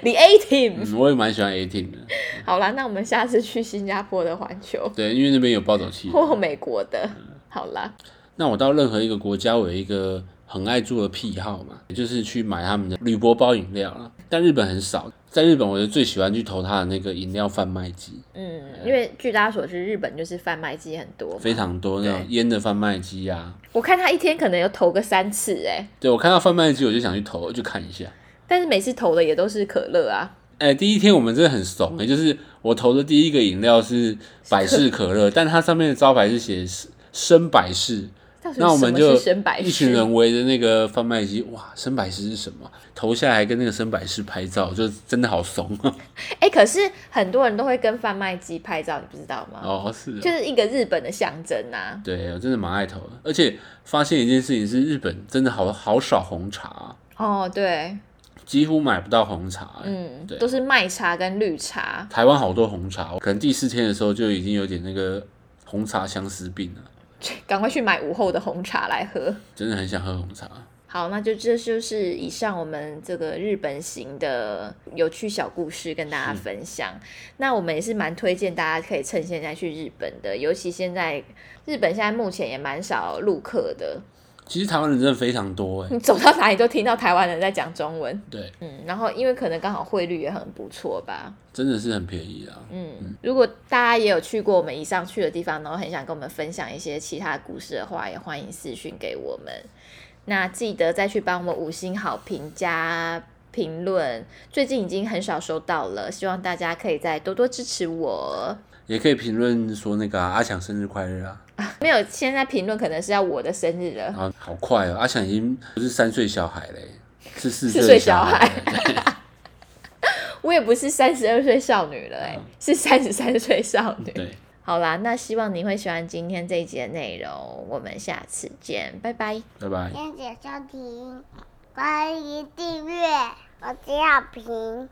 Speaker 2: 你 A team。
Speaker 3: 嗯，我也蛮喜欢 A team 的，
Speaker 2: 好啦，那我们下次去新加坡的环球 <laughs>
Speaker 3: 对，因为那边有暴走器。
Speaker 2: 或美国的，好啦，
Speaker 3: 那我到任何一个国家，我有一个很爱做的癖好嘛，就是去买他们的铝箔包饮料啦。但日本很少，在日本我就最喜欢去投他的那个饮料贩卖机，
Speaker 2: 嗯，因为据大家所知，日本就是贩卖机很多嘛，
Speaker 3: 非常多那种烟的贩卖机啊。
Speaker 2: 我看他一天可能有投个三次哎、
Speaker 3: 对我看到贩卖机我就想去投，就看一下。
Speaker 2: 但是每次投的也都是可乐啊，
Speaker 3: 哎、第一天我们真的很怂、欸，就是我投的第一个饮料是百事可乐，但它上面的招牌是写生百事，
Speaker 2: 到底
Speaker 3: <laughs> 那我
Speaker 2: 什
Speaker 3: 们
Speaker 2: 么
Speaker 3: 就是
Speaker 2: 生百
Speaker 3: 一群
Speaker 2: 事？
Speaker 3: 人围着那个贩卖机，哇，生百事是什么？投下来跟那个生百事拍照，就真的好怂啊！ <laughs>
Speaker 2: 哎、可是很多人都会跟贩卖机拍照，你不知道吗？
Speaker 3: 哦，是
Speaker 2: 就
Speaker 3: 哦，
Speaker 2: 是一个日本的象征啊。
Speaker 3: 对我真的蛮爱投的，而且发现一件事情是，日本真的好好少红茶啊、
Speaker 2: 哦，对，
Speaker 3: 几乎买不到红茶、
Speaker 2: 嗯，
Speaker 3: 对
Speaker 2: 都是麦茶跟绿茶。
Speaker 3: 台湾好多红茶，哦可能第四天的时候就已经有点那个红茶相思病了，
Speaker 2: 赶快去买午后的红茶来喝。
Speaker 3: 真的很想喝红茶。
Speaker 2: 好，那就这就是以上我们这个日本行的有趣小故事跟大家分享。那我们也是蛮推荐大家可以趁现在去日本的，尤其现在日本现在目前也蛮少陆客的， <laughs>
Speaker 3: 其实台湾人真的非常多哎、
Speaker 2: 你走到哪里都听到台湾人在讲中文。
Speaker 3: 对，
Speaker 2: 嗯，然后因为可能刚好汇率也很不错吧。
Speaker 3: 真的是很便宜啊。
Speaker 2: 嗯，如果大家也有去过我们以上去的地方，然后很想跟我们分享一些其他的故事的话，也欢迎私讯给我们。那记得再去帮我们五星好评加评论，最近已经很少收到了，希望大家可以再多多支持我。
Speaker 3: 也可以评论说那个啊、阿强生日快乐啊！
Speaker 2: 没有，现在评论可能是要我的生日了。
Speaker 3: 啊，好快哦！阿强已经不是三岁小孩嘞，是四
Speaker 2: 四
Speaker 3: 岁
Speaker 2: 岁
Speaker 3: 小
Speaker 2: 小
Speaker 3: 孩。
Speaker 2: 我也不是三十二岁少女了、欸，哎、是三十三岁少女。
Speaker 3: 对，
Speaker 2: 好啦，那希望你会喜欢今天这一集的内容，我们下次见，拜拜。
Speaker 3: 拜拜。
Speaker 1: 谢谢收听，欢迎订阅，我是小平。